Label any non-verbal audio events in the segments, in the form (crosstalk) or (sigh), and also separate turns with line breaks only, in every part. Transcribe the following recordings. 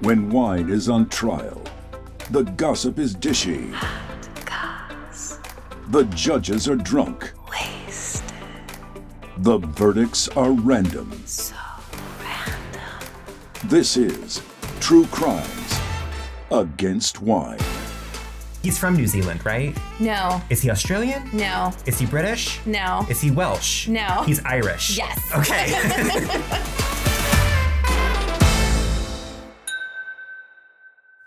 when wine is on trial. The gossip is dishy. The judges are drunk. The verdicts are random. This is True Crimes Against Wine.
He's from New Zealand, right?
No.
Is he Australian?
No.
Is he British?
No.
Is he Welsh?
No.
He's Irish.
Yes.
Okay.
(laughs)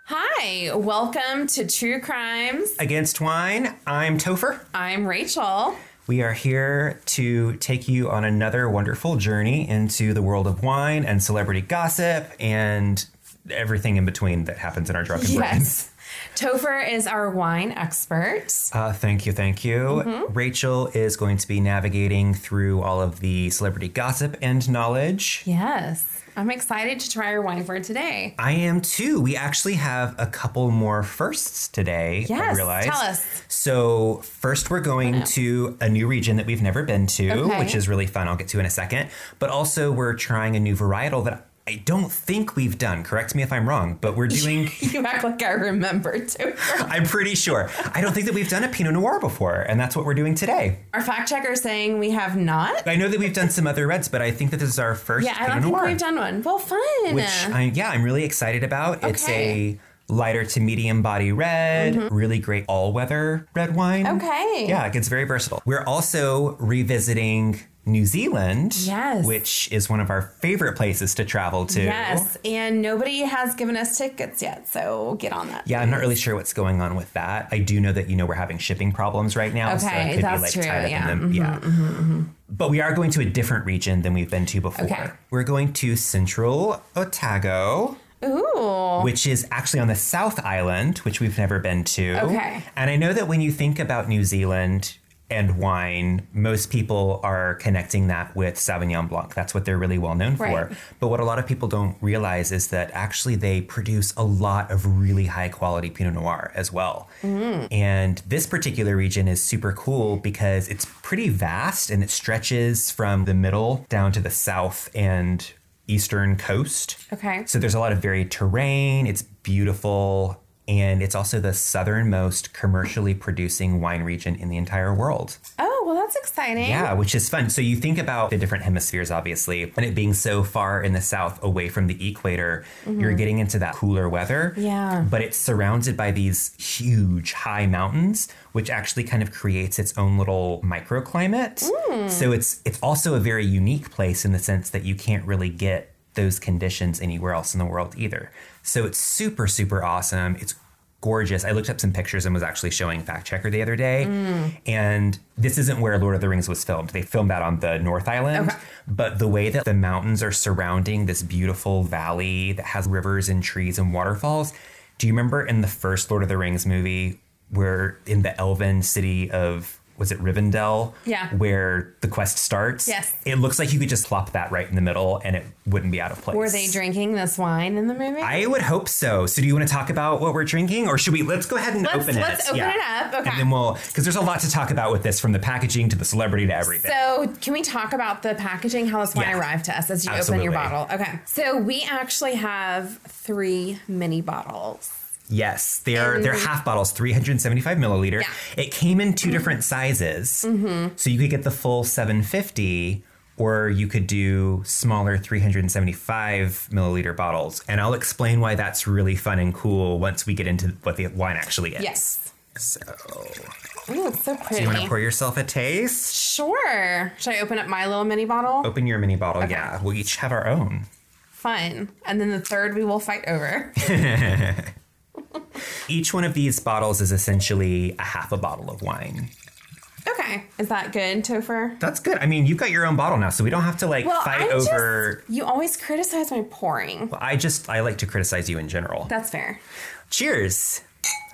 Hi, welcome to True Crimes.
Against Wine, I'm Topher.
I'm Rachel.
We are here to take you on another wonderful journey into the world of wine and celebrity gossip and everything in between that happens in our drunken brains.
Yes. Topher is our wine expert.
Uh, thank you, thank you.
Mm-hmm.
Rachel is going to be navigating through all of the celebrity gossip and knowledge.
Yes. I'm excited to try our wine for today. (laughs)
I am too. We actually have a couple more firsts today. I
Yes,
realize.
tell us.
So first, we're going to a new region that we've never been to,
Okay.
which is really fun. I'll get to in a second. But also, we're trying a new varietal that I don't think we've done. Correct me if I'm wrong, but
(laughs)
we're doing.
You act like I remember Topher.
I'm pretty sure. I don't think that we've done a Pinot Noir before, and that's what we're doing today.
Our fact checker is saying we have not.
I know that we've done some other reds, but I think that this is our first
Yeah, I
Pinot
don't think
Noir,
we've done one. Well, fun.
which I, yeah, I'm really excited about. It's
Okay. Mm-hmm.
a lighter to medium body red, really great all weather red wine.
Okay.
yeah, it gets very versatile. We're also revisiting New Zealand,
Yes.
which is one of our favorite places to travel to.
Yes, and nobody has given us tickets yet, so get on that.
Yeah, I'm not really sure what's going on with that. I do know that you know we're having shipping problems right now, so
Okay,
it could
that's
be like
true,
tied up
yeah, Mm-hmm,
in them. yeah. But we are going to a different region than we've been to before.
Okay.
We're going to Central Otago,
Ooh.
which is actually on the South Island, which we've never been to.
Okay.
And I know that when you think about New Zealand and wine, most people are connecting that with Sauvignon Blanc. That's what they're really well known
Right.
for. But what a lot of people don't realize is that actually they produce a lot of really high quality Pinot Noir as well.
Mm.
And this particular region is super cool because it's pretty vast and it stretches from the middle down to the south and eastern coast.
Okay.
So there's a lot of varied terrain. It's beautiful. And it's also the southernmost commercially producing wine region in the entire world.
Oh, well, that's exciting.
Yeah, which is fun. So you think about the different hemispheres, obviously, and it being so far in the south away from the equator, you're getting into that cooler weather.
Yeah.
But it's surrounded by these huge high mountains, which actually kind of creates its own little microclimate. So it's it's also a very unique place in the sense that you can't really get those conditions anywhere else in the world either. So it's super, super awesome. It's gorgeous. I looked up some pictures and was actually showing Fact Checker the other day. And this isn't where Lord of the Rings was filmed. They filmed that on the North Island. But the way that the mountains are surrounding this beautiful valley that has rivers and trees and waterfalls. Do you remember in the first Lord of the Rings movie where in the elven city of was it Rivendell?
Yeah.
Where the quest starts.
Yes.
It looks like you could just plop that right in the middle and it wouldn't be out of place.
Were they drinking this wine in the movie?
I would hope so. So, do you want to talk about what we're drinking, or should we? Let's go ahead and
Let's-
open it.
let's open it up. Okay.
And then we'll, because there's a lot to talk about with this, from the packaging to the celebrity to everything.
So, can we talk about the packaging, how this wine
Yeah.
arrived to us as you open your
Absolutely.
bottle? Okay. So, we actually have three mini bottles.
yes, they're they're half bottles, 375 milliliter.
Mm-hmm. Yeah. Mm-hmm.
It came in 2 different sizes, so you could get the full 750. Or you could do smaller 375 milliliter bottles. And I'll explain why that's really fun and cool once we get into what the wine actually is.
Yes.
So,
Ooh, it's so pretty.
do you want to pour yourself a taste?
sure. Should I open up my little mini bottle?
Open your mini bottle. Yeah, we'll each have our own.
Fun. And then the third we will fight over. (laughs)
Each one of these bottles is essentially a half a bottle of wine.
okay. Is that good, Topher?
That's good. I mean, you've got your own bottle now, so we don't have to like
Well,
fight
I'm
over.
just, you always criticize my pouring.
I just I like to criticize you in general.
That's fair.
Cheers.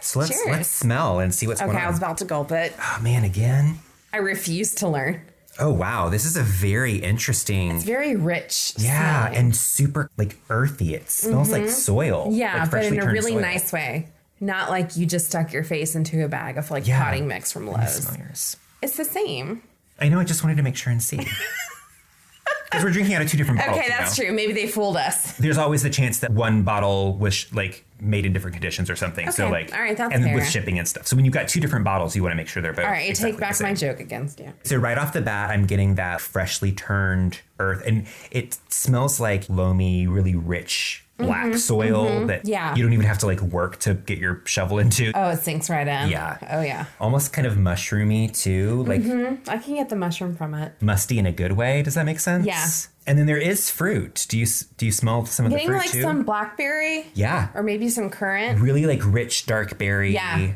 So let's
Cheers.
let's smell and see what's
Okay,
going
I
on.
was about to gulp it.
oh man, again.
I refuse to learn.
Oh wow, this is a very interesting.
Very rich.
Yeah,
smelling.
and super like earthy. It smells like soil.
yeah,
like
but
freshly
in a
turned
really
soil.
nice way. Not like you just stuck your face into a bag of like
Yeah.
potting mix from
Let me
Lowe's.
smell yours.
It's the same. (laughs)
I know. I just wanted to make sure and see. Because we're drinking out of two different bottles.
Okay,
you
that's
know?
true. Maybe they fooled us.
There's always the chance that one bottle was sh- like made in different conditions or something. So
Okay.
like,
All right, that's
and with
fair.
shipping and stuff. So when you've got two different bottles, you want to make sure they're both.
All right,
exactly
take
the
back
same.
my joke against you.
So right off the bat, I'm getting that freshly turned earth, and it smells like loamy, really rich black soil that
Mm-hmm, Yeah.
you don't even have to like work to get your shovel into.
Oh, it sinks right in.
Yeah.
Oh yeah.
Almost kind of mushroomy too, like
I can get the mushroom from it.
musty in a good way. Does that make sense?
Yeah.
And then there is fruit. Do you s- do you smell some of the
Getting
fruit
like
too?
some blackberry
yeah.
or maybe some currant.
Really like rich dark berry.
Yeah.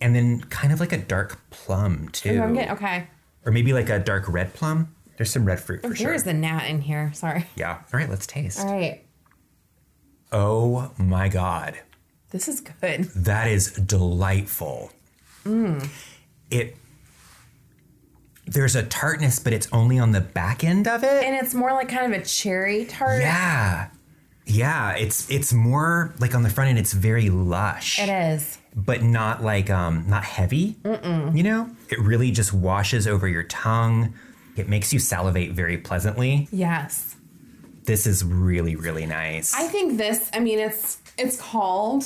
And then kind of like a dark plum too,
Ooh, Oh, I'm getting- okay.
or maybe like a dark red plum. There's some red fruit for sure.
There's the gnat in here. Sorry.
yeah. All right, let's taste.
All right.
Oh my God.
This is good.
That is delightful.
Mm.
It there's a tartness, but it's only on the back end of it.
And it's more like kind of a cherry tart.
Yeah. Yeah. It's it's more like on the front end, it's very lush.
It is.
But not like um not heavy. Mm-mm. You know? It really just washes over your tongue. It makes you salivate very pleasantly.
Yes.
This is really, really nice.
I think this, I mean, it's it's called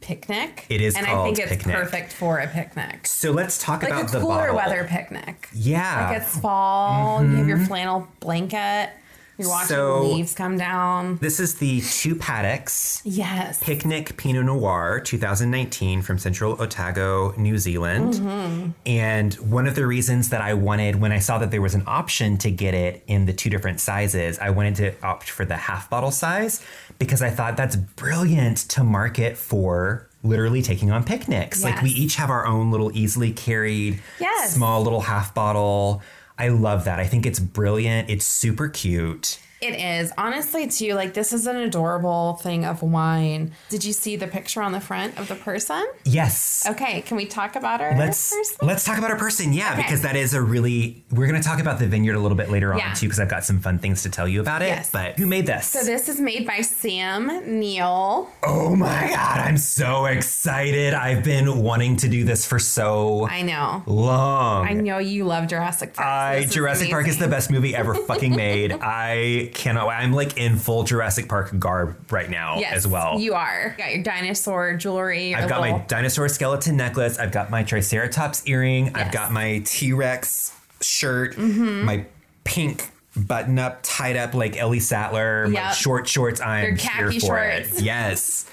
picnic.
It is
And I
called
think it's
Picnic.
perfect for a picnic.
so let's talk
Like
about
a
the
cooler
bottle.
weather picnic.
Yeah. Mm-hmm.
Like it's fall, you have your flannel blanket, you're watching
So-
the leaves come down.
this is the two paddocks.
Yes.
Picnic Pinot Noir 2019 from Central Otago, New Zealand.
Mm-hmm.
And one of the reasons that I wanted, when I saw that there was an option to get it in the two different sizes, I wanted to opt for the half bottle size because I thought that's brilliant to market for literally taking on picnics. Like we
Yes.
each have our own little easily carried
Yes.
small little half bottle. I love that. I think it's brilliant. It's super cute.
It is. Honestly, too, like this is an adorable thing of wine. Did you see the picture on the front of the person?
Yes.
Okay, can we talk about our
Let's
person?
let's talk about a person, yeah,
Okay.
because that is a really. We're going to talk about the vineyard a little bit later
Yeah.
on too, because I've got some fun things to tell you about it.
Yes.
But who made this?
So this is made by Sam Neal.
oh my god, I'm so excited! I've been wanting to do this for so
I know.
long.
I know you love Jurassic Park. so
I-
this is
Jurassic Park is the
amazing.
best movie ever
(laughs)
fucking made. I cannot. I'm like in full Jurassic Park garb right now
Yes,
as well.
You are. You got your dinosaur jewelry. your
I've got my
little-
dinosaur skeleton necklace. I've got my Triceratops earring. I've
Yes. Mm-hmm.
got my T Rex shirt. My pink button up, tied up like Ellie Sattler. My
Yep.
short shorts. I'm
Your
here
khaki
for
shorts.
it. Yes.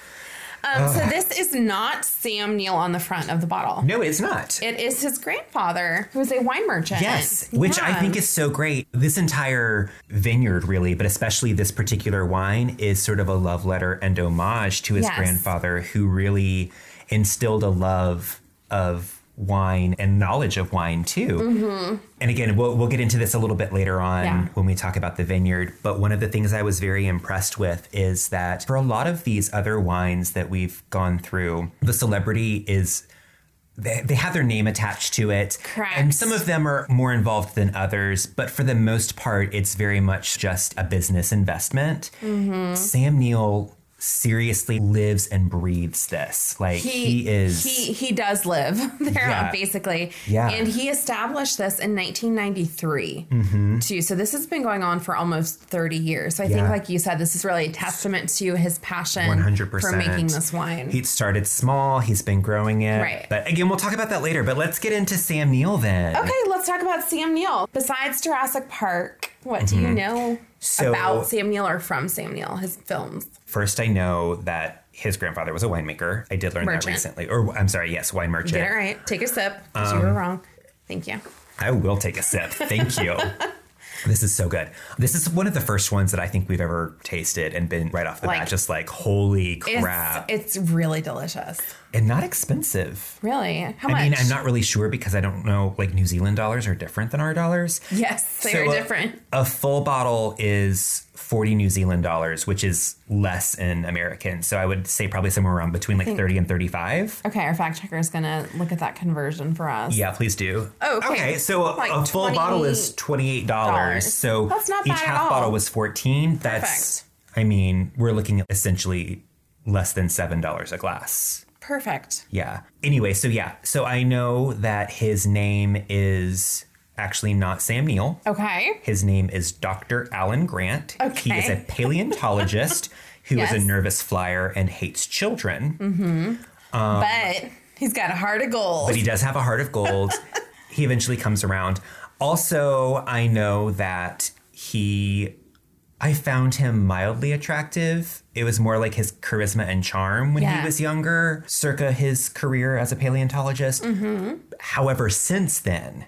Um, so this is not Sam Neal on the front of the bottle.
No, it's not.
It is his grandfather, who is a wine merchant.
Yes, which I
Yeah.
think is so great. This entire vineyard, really, but especially this particular wine, is sort of a love letter and homage to his
Yes.
grandfather, who really instilled a love of wine and knowledge of wine too. And again, we'll, we'll get into this a little bit later on
Mm-hmm. Yeah.
when we talk about the vineyard. But one of the things I was very impressed with is that for a lot of these other wines that we've gone through, the celebrity is. They, they have their name attached to it.
Correct.
And some of them are more involved than others, but for the most part, it's very much just a business investment.
Mm-hmm.
Sam Neill seriously lives and breathes this. Like, he, is.
he he does live (laughs) there
Yeah.
basically
Yeah.
and he established this in 1993 too so this has been going on for almost 30 years so i think
Mm-hmm. Yeah.
like you said this is really a testament to his passion
100%.
for making this wine
He started small, he's been growing it.
Right.
But again, we'll talk about that later, but let's get into Sam Neill then.
okay let's talk about sam neill besides jurassic park what do you know
Mm-hmm. So-
about sam neill or from sam neill his films
First, I know that his grandfather was a winemaker. I did learn that
Merchant.
recently. Or, I'm sorry, yes, wine merchant.
get it right take a sip 'cause you were
Um,
wrong thank you
I will take a sip. Thank
(laughs)
you. This is so good. This is one of the first ones that I think we've ever tasted and been right off the
Like,
bat just like, holy
it's,
crap.
it's really delicious
and not expensive.
really how much
I mean, I'm not really sure because I don't know, like, New Zealand dollars are different than our dollars.
(laughs) yes they
So uh,
are
a-
different
A, full bottle is 40 New Zealand dollars, which is less in American. So I would say probably somewhere around between like 30 and 35.
Okay, our fact checker is gonna look at that conversion for us.
Yeah, please do.
Oh, okay.
so a-
Like
a full bottle is $28.
$28.
So
That's not
each
bad at
half
all.
bottle was 14. That's I mean, we're looking at essentially less than $7 a glass.
Perfect.
Yeah. Anyway, so yeah. So I know that his name is actually not Sam Neill.
Okay.
His name is Dr. Alan Grant. He is a
Okay. (laughs)
paleontologist who is
Yes.
a nervous flyer and hates children.
but he's got a heart of gold.
Um, but he does have a heart
(laughs)
of gold. he eventually comes around. Also, I know that he, I found him mildly attractive. It was more like his charisma and charm when
Yeah.
he was younger, circa his career as a paleontologist.
Mm-hmm.
However, since then,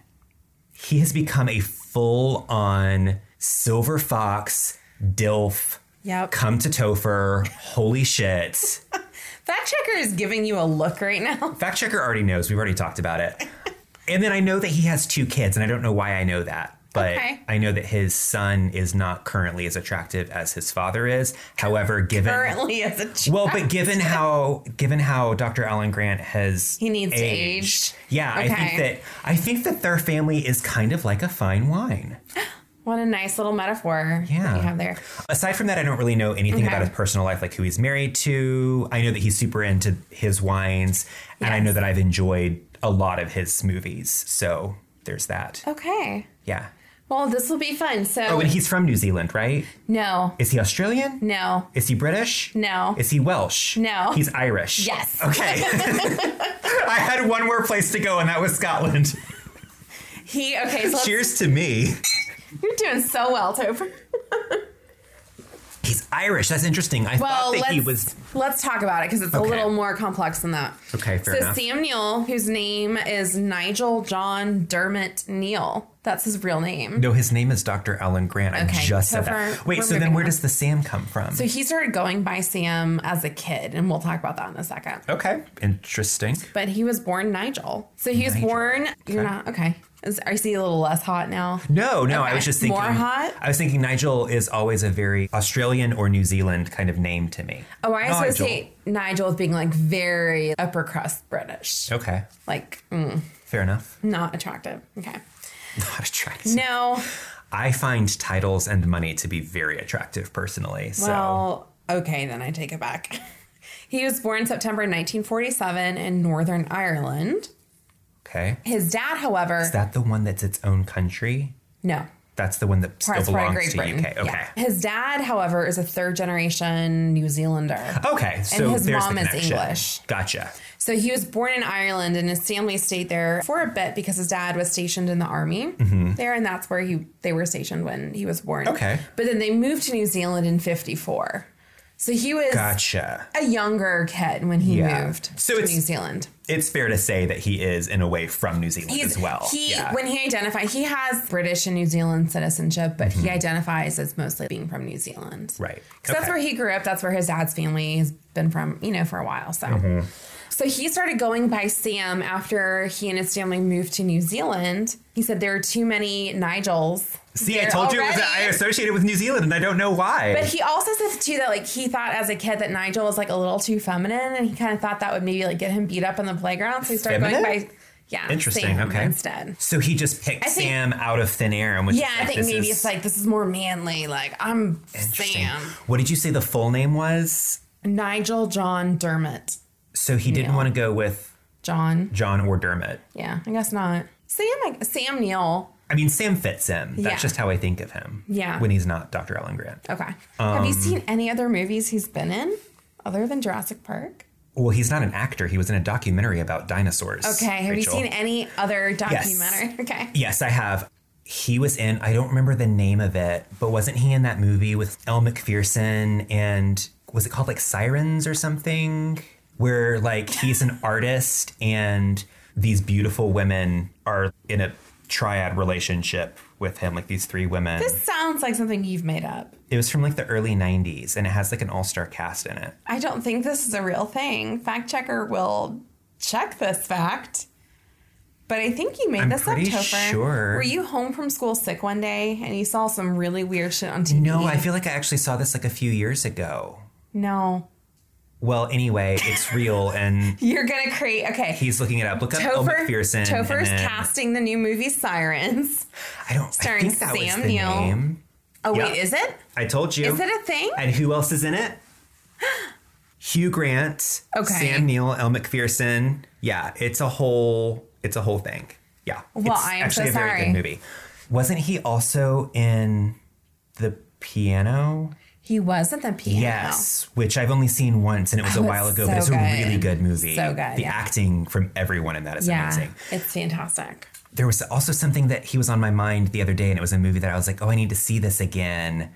he has become a full on silver fox, dilf,
Yep.
come to Topher, holy shit.
Fact checker is giving you a look right now. (laughs)
Fact checker already knows. We've already talked about it. and then I know that he has two kids, and I don't know why I know that, but
Okay.
I know that his son is not currently as attractive as his father is. However, given
Currently, as a child.
well, but given how given how Dr. Alan Grant has
He needs to age.
yeah, I think
Okay.
that I think that their family is kind of like a fine wine.
what a nice little metaphor
Yeah.
that you have there.
Aside from that, I don't really know anything
Okay.
about his personal life, like who he's married to. I know that he's super into his wines, and I
Yes.
know that I've enjoyed a lot of his movies. So there's that.
Oh. Okay.
Yeah.
Well, this will be fun. So,
Oh, and he's from New Zealand, right?
no,
Is he Australian?
no,
Is he British?
No.
Is he Welsh?
No.
He's Irish.
Yes. (laughs)
Okay. (laughs) I had one more place to go, and that was Scotland.
he. Okay, so let's-
Cheers to me.
you're doing so well, Topher.
He's Irish. That's interesting. I
Well,
thought that
let's,
he was.
let's talk about it because it's
Okay.
a little more complex than that.
Okay, fair
so
enough.
Samuel, whose name is Nigel John Dermot Neal, that's his real name.
No, his name is Dr. Alan Grant. I
Okay,
just
so
said that.
for-
Wait,
we're
so then
moving
where
on.
does the Sam come from?
So he started going by Sam as a kid, and we'll talk about that in a second.
okay, interesting.
But he was born Nigel. So he was
Nigel.
born. You're
Okay.
not okay. Is, are you a little less hot now?
No, no, I
Okay,
was just thinking.
more hot?
I was thinking Nigel is always a very Australian or New Zealand kind of name to me.
Oh, I
Nigel.
associate Nigel with being like very upper crust British,
Okay,
like mm,
fair enough. (laughs)
not attractive. Okay.
Not attractive. (laughs)
No.
I find titles and money to be very attractive personally. So
Well, okay, then I take it back. (laughs) he was born September 1947 in Northern Ireland.
okay,
His dad, however,
is that the one that's its own country?
no.
That's the one that still
Parts were in
belongs
Great
to
Britain.
UK. Okay.
Yeah. His dad, however, is a third generation New Zealander.
Okay, so
his
there's
mom
the
is
connection.
English.
Gotcha.
So he was born in Ireland and his family stayed there for a bit because his dad was stationed in the army there and that's where he they were stationed when he was born.
Mm-hmm. Okay.
But then they moved to New Zealand in 54. So he was
Gotcha.
a younger kid when he
Yeah.
moved
So
to
it's-
New Zealand.
it's fair to say that he is in a way from New Zealand
He's-
as well.
He
yeah.
when he identified, he has British and New Zealand citizenship, but he identifies as mostly being from New Zealand.
Mm-hmm. Right.
Because that's
Okay.
where he grew up. That's where his dad's family has been from, you know, for a while. So.
Mm-hmm.
So he started going by Sam after he and his family moved to New Zealand. He said there are too many Nigels.
See, I
there
told you it was uh,
already.
I associated with New Zealand, and I don't know why.
But he also says too that like he thought as a kid that Nigel was like a little too feminine, and he kind of thought that would maybe like get him beat up on the playground. So he started going
Feminine?
by yeah,
Interesting.
Sam
okay.
instead.
So he just picked
think-
Sam out of thin air and was
Yeah,
just
I
like,
think
this
maybe
is
it's like this is more manly. Like I'm
interesting.
Sam,
What did you say the full name was?
Nigel John Dermot,
So he didn't
Neil.
want to go with
John.
John or Dermot.
Yeah, I guess not. Sam, like Sam Neal.
I mean, Sam fits him. That's
Yeah.
just how I think of him.
Yeah.
When he's not Dr. Alan Grant.
Okay. Have
Um,
you seen any other movies he's been in other than Jurassic Park?
Well, he's not an actor. He was in a documentary about dinosaurs.
Okay. Have
Rachel.
you seen any other documentary? (laughs) Okay.
Yes, I have. He was in, I don't remember the name of it, but wasn't he in that movie with Elle McPherson and was it called like Sirens or something? Where like he's an artist and these beautiful women are in a triad relationship with him, like these three women.
This sounds like something you've made up.
it was from like the early 90s and it has like an all star cast in it.
I don't think this is a real thing. Fact checker will check this fact. But I think you made
I'm
this up,
pretty
Topher.
sure.
Were you home from school sick one day and you saw some really weird shit on TV?
No, I feel like I actually saw this like a few years ago.
No.
Well, anyway, it's real and
You're gonna create okay.
he's looking it up. Look up Elle
Topher,
McPherson. and
Topher's
then-
casting the new movie Sirens.
I don't
Starring
I think that was
Sam
the
Neill.
name.
Oh
Yeah.
wait, is it?
I told you.
Is it a thing?
And who else is in it?
(gasps)
Hugh Grant,
Okay.
Sam Neill, Elle McPherson. Yeah, it's a whole it's a whole thing. Yeah.
Well,
it's
I am
actually
so
a very
sorry.
good movie. Wasn't he also in The Piano?
He was at the piano.
Yes, which I've only seen once and it was a
Oh,
while
it's
ago, but it's
so
a
good.
really good movie.
So good,
The
yeah.
acting from everyone in that is
Yeah.
amazing.
It's fantastic.
There was also something that he was on my mind the other day, and it was a movie that I was like, oh, I need to see this again. And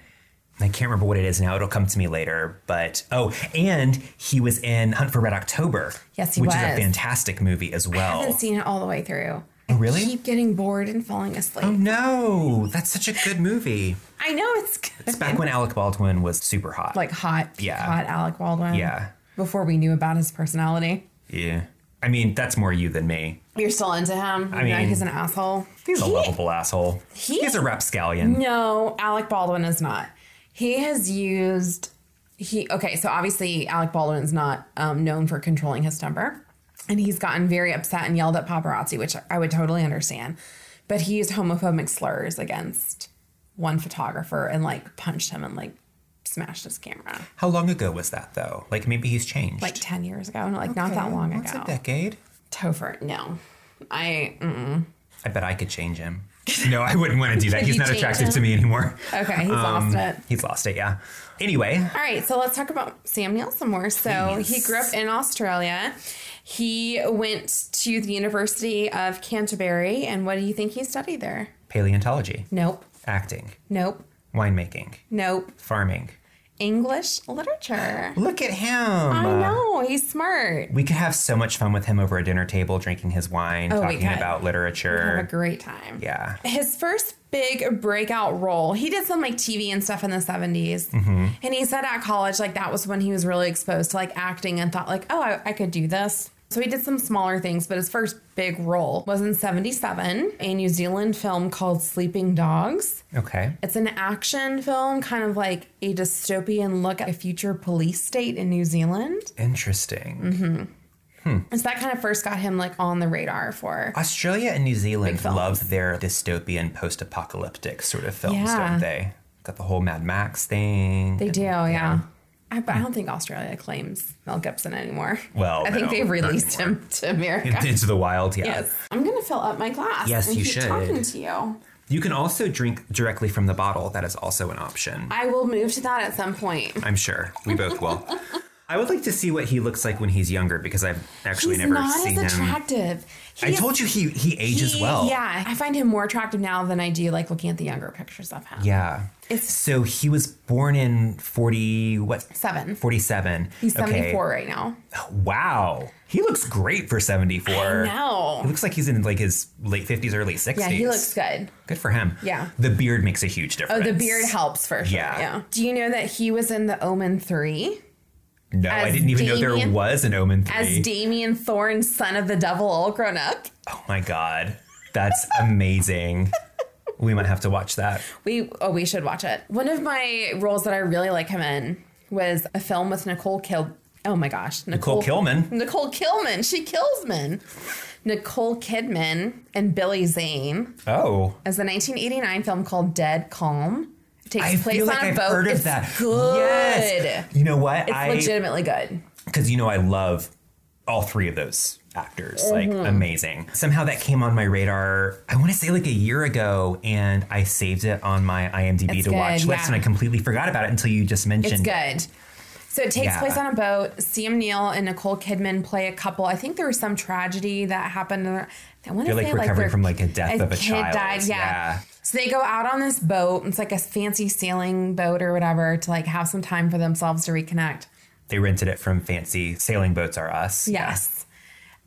I can't remember what it is now. It'll come to me later. But oh, and he was in Hunt for Red October.
Yes, he
which is
was.
a fantastic movie as
I
well.
haven't seen it all the way through.
Oh, really? Um,
I keep getting bored and falling asleep.
no, that's such a
(laughs)
good movie.
I know it's good.
It's back when Alec Baldwin was super hot.
like hot, peak
Yeah.
hot Alec Baldwin.
Yeah.
Before we knew about his personality.
yeah. I mean, that's more you than me.
You're still into him. I
mean-
he's an asshole.
He's a
He-
lovable asshole.
he-
He's a
(laughs)
rapscallion.
No, Alec Baldwin is not. He has used he okay, so obviously Alec Baldwin is not um, known for controlling his temper. And he's gotten very upset and yelled at paparazzi, which I would totally understand. But he used homophobic slurs against one photographer and like punched him and like smashed his camera
How long ago was that though? Like maybe he's changed.
like 10 years ago. Like not that
Okay,
long
that's
ago.
a decade.
Topher, no. I, mm,
I bet I could change him. (laughs) No, I wouldn't want to do that.
Could
He's
you
not
change
attractive
him?
to me anymore.
okay, he's lost it.
He's lost it, yeah. Anyway,
All right, so let's talk about Sam Neill some more. So he grew up in Australia. He went to the University of Canterbury, and what do you think he studied there?
paleontology,
Nope,
acting,
nope,
winemaking,
nope.
farming.
English literature.
Look at him.
I know he's smart.
We could have so much fun with him over a dinner table, drinking his wine,
Oh, we
talking
could.
about
Have a
literature.
great time.
Yeah.
His first big breakout role, he did some like TV and stuff in the 70s. And he said at college, like that was when he was really exposed to like acting and thought, like, oh, I, I could do this. So he did some smaller things, but his first big role was in 77, a New Zealand film called Sleeping Dogs.
Okay.
It's an action film, kind of like a dystopian look at a future police state in New Zealand.
Interesting.
Mm-hmm. And so that kind of first got him like on the radar for
Australia and New Zealand
films.
love their dystopian post-apocalyptic sort of films,
Yeah.
don't they? Got the whole Mad Max thing.
They
and-
do, yeah. I, but I don't think Australia claims Mel Gibson anymore.
Well,
I think
no,
they've
not
released him to America.
(laughs) Into the wild, yeah.
Yes, I'm gonna fill up my glass.
Yes,
and
you
keep
should.
Talking to you,
You can also drink directly from the bottle. That is also an option.
I will move to that at some point.
I'm sure we both
(laughs)
will. I would like to see what he looks like when he's younger because I've actually
He's
never
not
seen
as
him.
attractive. He
I told you he he ages
he-
well.
Yeah, I find him more attractive now than I do like looking at the younger pictures of him.
Yeah.
It's-
so he was born in 40 what?
Seven.
47.
He's
Okay.
74 right now.
Wow. He looks great for 74. He
No.
looks like he's in like his late 50s early 60s.
Yeah, he looks good.
good for him.
Yeah.
The beard makes a huge
Oh,
difference.
the beard helps for sure.
Yeah.
Do you know that he was in The Omen 3?
No, I
as
didn't even know there
Damien-
was an Omen 3.
as Damien Thorne, son of the devil, all grown up.
Oh my god, that's amazing. we might have to watch that.
We oh, we should watch it. One of my roles that I really like him in was a film with Nicole Kid. Oh my gosh,
Nicole Killman.
Nicole Killman. She kills men. Nicole Kidman and Billy Zane
Oh,
as a 1989 film called Dead Calm. It takes
I
place
feel like
on a
I've
boat.
heard of
It's
that.
Good.
Yes. You know what?
It's
I
legitimately good.
because you know I love all three of those actors.
Mm-hmm.
Like amazing. Somehow that came on my radar. I want to say like a year ago, and I saved it on my IMDb
It's
to watch
good,
list,
yeah.
and I completely forgot about it until you just mentioned.
It's
it.
good. So it takes
Yeah.
place on a boat. Sam Neill and Nicole Kidman play a couple. I think there was some tragedy that happened. I want to
You're like
say
recovering
their-
from like a death of a
kid
child.
died. Yeah. So they go out on this boat. It's like a fancy sailing boat or whatever to like have some time for themselves to reconnect.
They rented it from fancy sailing boats are us.
Yes.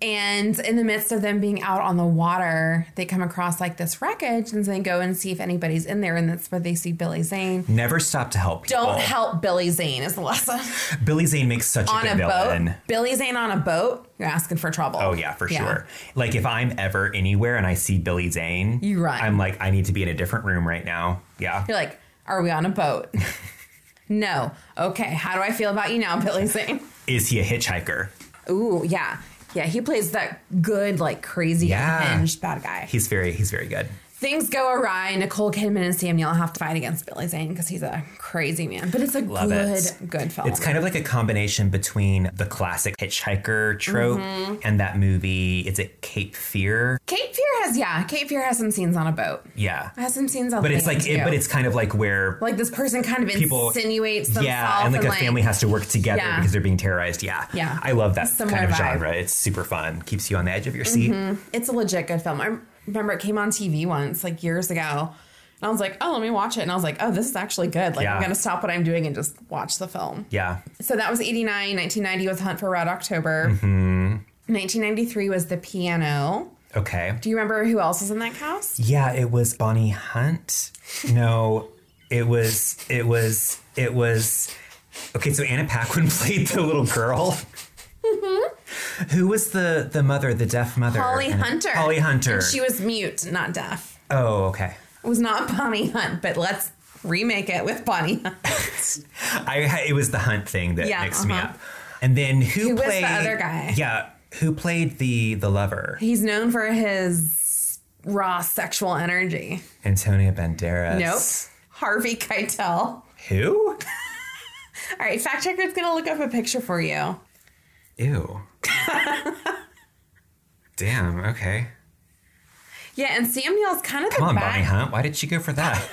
And in the midst of them being out on the water, they come across like this wreckage and they go and see if anybody's in there. And that's where they see Billy Zane.
Never stop to help people.
Don't help Billy Zane is the lesson. (laughs)
Billy Zane makes such
on
a
a
good villain.
boat. Billy Zane on a boat, you're asking for trouble.
Oh yeah, for sure. Like if I'm ever anywhere and I see Billy Zane,
You run.
I'm like, I need to be in a different room right now. Yeah.
You're like, are we on a boat? (laughs) no. Okay. How do I feel about you now,
(laughs)
Billy Zane?
Is he a hitchhiker?
Ooh, yeah. Yeah, he plays that good, like crazy,
Yeah.
unhinged bad guy.
He's very he's very good.
Things go awry. Nicole Kidman and Samuel have to fight against Billy Zane because he's a crazy man. But it's a
Love
good,
it.
good film.
It's kind of like a combination between the
Mm-hmm.
classic hitchhiker trope and that movie. Is it Cape Fear?
Kate Fear has, yeah, Kate Fear has some scenes on a boat.
Yeah.
Has some scenes on.
But it's like, it, but it's kind of like where
like this person kind of
people-
insinuates themselves.
yeah, and like a family has to work together
Yeah.
because they're being terrorized. Yeah,
Yeah.
I love that
Similar
kind of
vibe. Mm-hmm.
genre. It's super fun. Keeps you on the edge of your seat.
It's a legit good film. I remember it came on TV once, like years ago. And I was like, oh, let me watch it. And I was like, oh, this is actually good. Like,
Yeah.
I'm going to stop what I'm doing and just watch the film.
Yeah,
So that was 89. 1990 was Hunt for Red October.
Mm-hmm.
1993 was The Piano.
okay.
Do you remember who else was in that cast?
Yeah, it was Bonnie Hunt. No, it was it was it was okay. So Anna Paquin (laughs) played the little girl. Who was the the mother, the deaf mother?
Mm-hmm. Holly
Anna-
Hunter.
Holly Hunter.
And she was mute, not deaf.
oh, okay.
It was not (laughs) Bonnie Hunt, but let's remake it with Bonnie Hunt.
I it was the Hunt thing that
Yeah,
mixed me
uh-huh.
up. And then who,
Who was the
played
other guy?
Yeah, who played the the lover?
He's known for his raw sexual energy.
Antonio Banderas.
Nope. Harvey Keitel.
Who?
All right, fact checker's gonna look up a picture for you.
Ew. (laughs) Damn. Okay.
Yeah, and Sam Neill's kind of the
Come on,
bad.
Bonnie Hunt. Why did she go for that?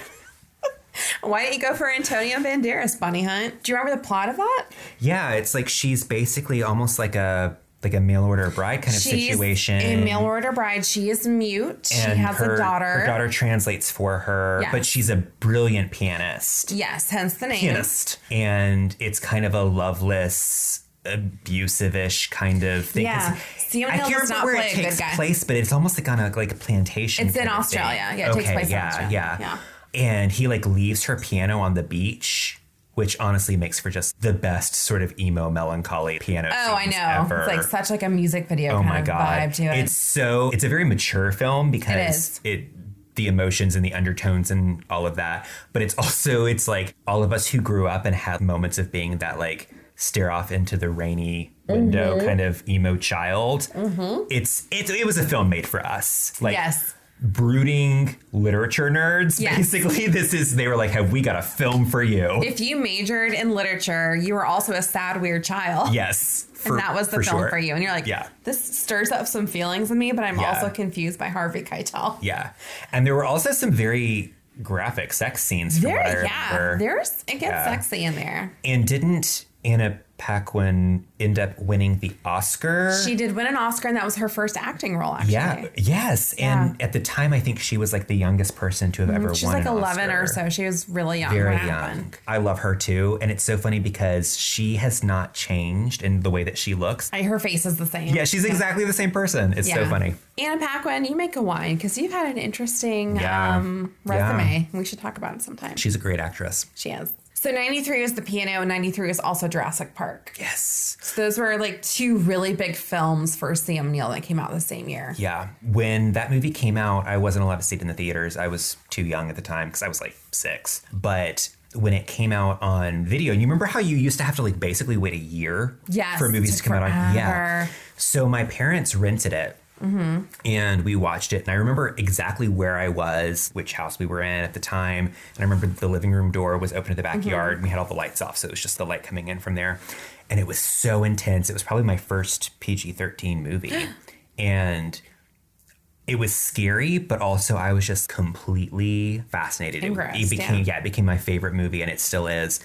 Why didn't you go for Antonio Banderas, Bonnie Hunt? Do you remember the plot of that?
Yeah, it's like she's basically almost like a like a mail order bride kind of situation.
a mail order bride. She is mute.
and
she has
her,
a daughter.
Her daughter translates for her,
Yeah.
but she's a brilliant pianist.
Yes, hence the name.
Pianist, and it's kind of a loveless, abusive-ish kind of thing. 'Cause
Yeah. Sam
I
Neill
can't
does
remember
not
where
play
it
a good
takes
guy.
place, but it's almost like on a like a plantation.
It's in
kind of thing.
Australia. Yeah, it takes place in
yeah,
Australia.
Yeah.
Yeah.
And he like leaves her piano on the beach, which honestly makes for just the best sort of emo melancholy piano.
Oh, I
scenes
know.
Ever.
It's like such like a music video
oh
kind
my
of
god,
vibe to it.
it's so it's a very mature film because
is.
it, the emotions and the undertones and all of that. But it's also it's like all of us who grew up and had moments of being that like stare off into the rainy window
Mm-hmm.
kind of emo child. It's it it was a film made for us. Like
Yes.
brooding literature nerds.
Yes.
Basically, this is they were like, have we got a film for you?
if you majored in literature, you were also a sad, weird child.
yes. for-
and that was the
for
film
sure.
for you. And you're like,
Yeah.
this stirs up some feelings in me, but I'm
Yeah.
also confused by Harvey Keitel.
Yeah. And there were also some very graphic sex scenes from what I
There, yeah,
remember.
there's it gets
Yeah.
sexy in there.
And didn't Anna Paquin end up winning the Oscar?
She did win an Oscar, and that was her first acting role. Actually,
yeah. Yes. And at the time, I think she was like the youngest person to have ever
She was
won
Mm, like
an
11 or
Oscar.
so. She was really young.
Very
when it
young.
happened.
I love her too. And it's so funny because she has not changed in the way that she looks.
I, her face is the same.
Yeah, she's exactly the same person. It's so
Yeah.
funny.
Anna Paquin, you make a wine because you've had an interesting
Yeah.
um,
Yeah.
resume. We should talk about it sometime.
She's a great actress.
She is. So 93 was the piano, and 93 was also Jurassic Park.
Yes.
So those were like two really big films for Sam Neill that came out the same year.
Yeah. When that movie came out, I wasn't allowed to see it in the theaters. I was too young at the time because I was like six. But when it came out on video, and you remember how you used to have to like basically wait a year
Yes,
for movies to
took
come out on? Yeah.
forever.
So my parents rented it.
Mm-hmm.
And we watched it, and I remember exactly where I was, which house we were in at the time. And I remember the living room door was open to the
Mm-hmm.
backyard, and we had all the lights off, so it was just the light coming in from there. And it was so intense. It was probably my first PG 13 movie.
(gasps)
and it was scary, but also I was just completely fascinated. It- It,
Impressed,
became
yeah.
yeah, it became my favorite movie, and it still is.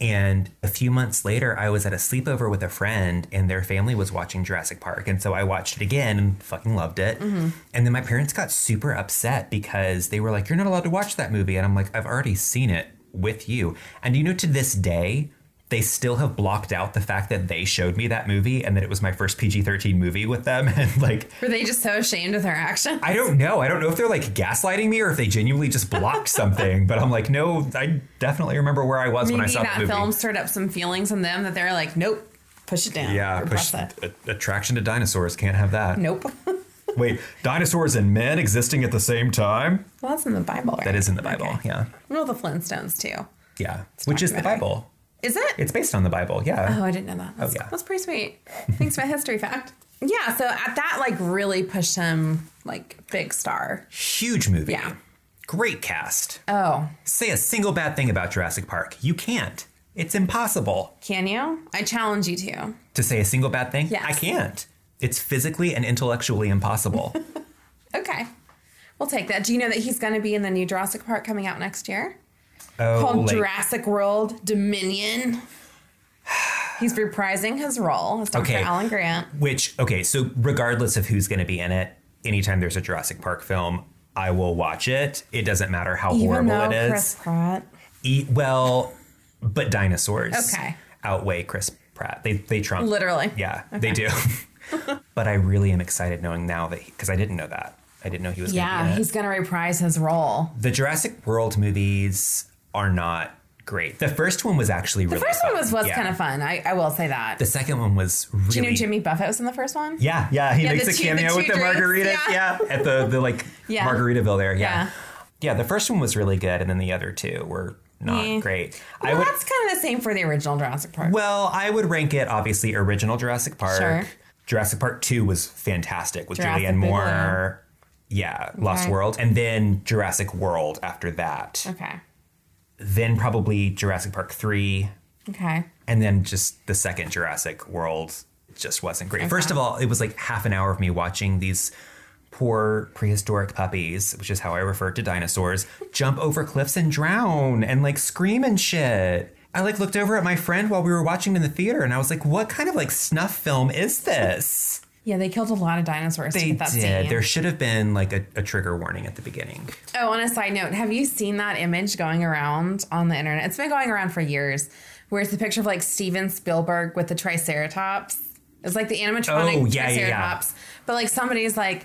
And a few months later, I was at a sleepover with a friend, and their family was watching Jurassic Park, and so I watched it again and fucking loved it. And then my parents got super upset because they were like, "You're not allowed to watch that movie," and I'm like, "I've already seen it with you." And you know, to this day. They still have blocked out the fact that they showed me that movie and that it was my first PG 13 movie with them. (laughs) And like,
Were they just so ashamed of their action?
I don't know. I don't know if they're like gaslighting me or if they genuinely just
(laughs)
blocked something. But I'm like, no, I definitely remember where I was when I
Maybe
saw
that
the movie.
film stirred up some feelings in them that they're like, nope, push it down.
yeah,
Repress
push a- attraction to dinosaurs can't have that.
Nope. (laughs) well,
Wait, dinosaurs and men existing at the same time?
that's in the Bible, right?
That is in the Bible. Yeah,
Well, the Flintstones, too.
yeah, which is the
documentary.
Bible.
Is it?
It's based on the Bible. Yeah.
oh, I didn't know that. That's,
yeah.
That's pretty sweet.
(laughs)
Thanks for the history fact. Yeah, so at that, like, really pushed him, like, big star.
Huge movie.
Yeah.
Great cast.
Oh,
Say a single bad thing about Jurassic Park. You can't. It's impossible.
can you? I challenge you to.
to say a single bad thing?
Yes. (laughs)
I can't. It's physically and intellectually impossible.
Okay. We'll take that. Do you know that he's going to be in the new Jurassic Park coming out next year?
Oh,
Called
like-
Jurassic World Dominion. (sighs) He's reprising his role as Dr.
Okay.
Alan Grant.
Which, okay, so regardless of who's going to be in it, anytime there's a Jurassic Park film, I will watch it. It doesn't matter how
Even
horrible
though
it is.
Chris Pratt.
Eat well, but dinosaurs
Okay.
outweigh Chris Pratt. They they trump
Literally.
Yeah, they do. (laughs) but I really am excited knowing now that because I didn't know that I didn't know he was. gonna be
Yeah,
in it.
he's going to reprise his role.
the Jurassic World movies are not great. The first one was actually
The
really
first
fun.
one was was
Yeah.
kind of fun. I, I will say that.
The second one was really.
Do you know Jimmy Buffett was in the first one?
Yeah, yeah, he
Yeah,
makes
the
a
two- the
cameo
two
with the
drinks,
margaritas.
yeah.
Yeah. at the the like
(laughs) Yeah.
Margaritaville there. Yeah.
Yeah.
yeah, The first one was really good, and then the other two were not
Yeah.
great. I
Well,
would
that's kind of the same for the original Jurassic Park.
well, I would rank it obviously original Jurassic Park.
Sure.
Jurassic Park Two was fantastic with
Jurassic
Julianne Moore. Yeah, Lost
Okay.
World, and then Jurassic World after that.
okay.
Then probably Jurassic Park Three,
Okay.
and then just the second Jurassic World just wasn't great. First of all, it was like half an hour of me watching these poor prehistoric puppies, which is how I refer to dinosaurs, jump over cliffs and drown and like scream and shit. I like looked over at my friend while we were watching it in the theater and I was like, what kind of like snuff film is
(laughs)
this?
Yeah, they killed a lot of dinosaurs to
They
get that
did.
scene.
There should have been like a, a trigger warning at the
(laughs)
beginning.
Oh, on a side note, have you seen that image going around on the internet? It's been going around for years, where it's a picture of like Steven Spielberg with the Triceratops. It's like the animatronic
Oh, yeah, yeah, yeah.
Triceratops. But like somebody's like,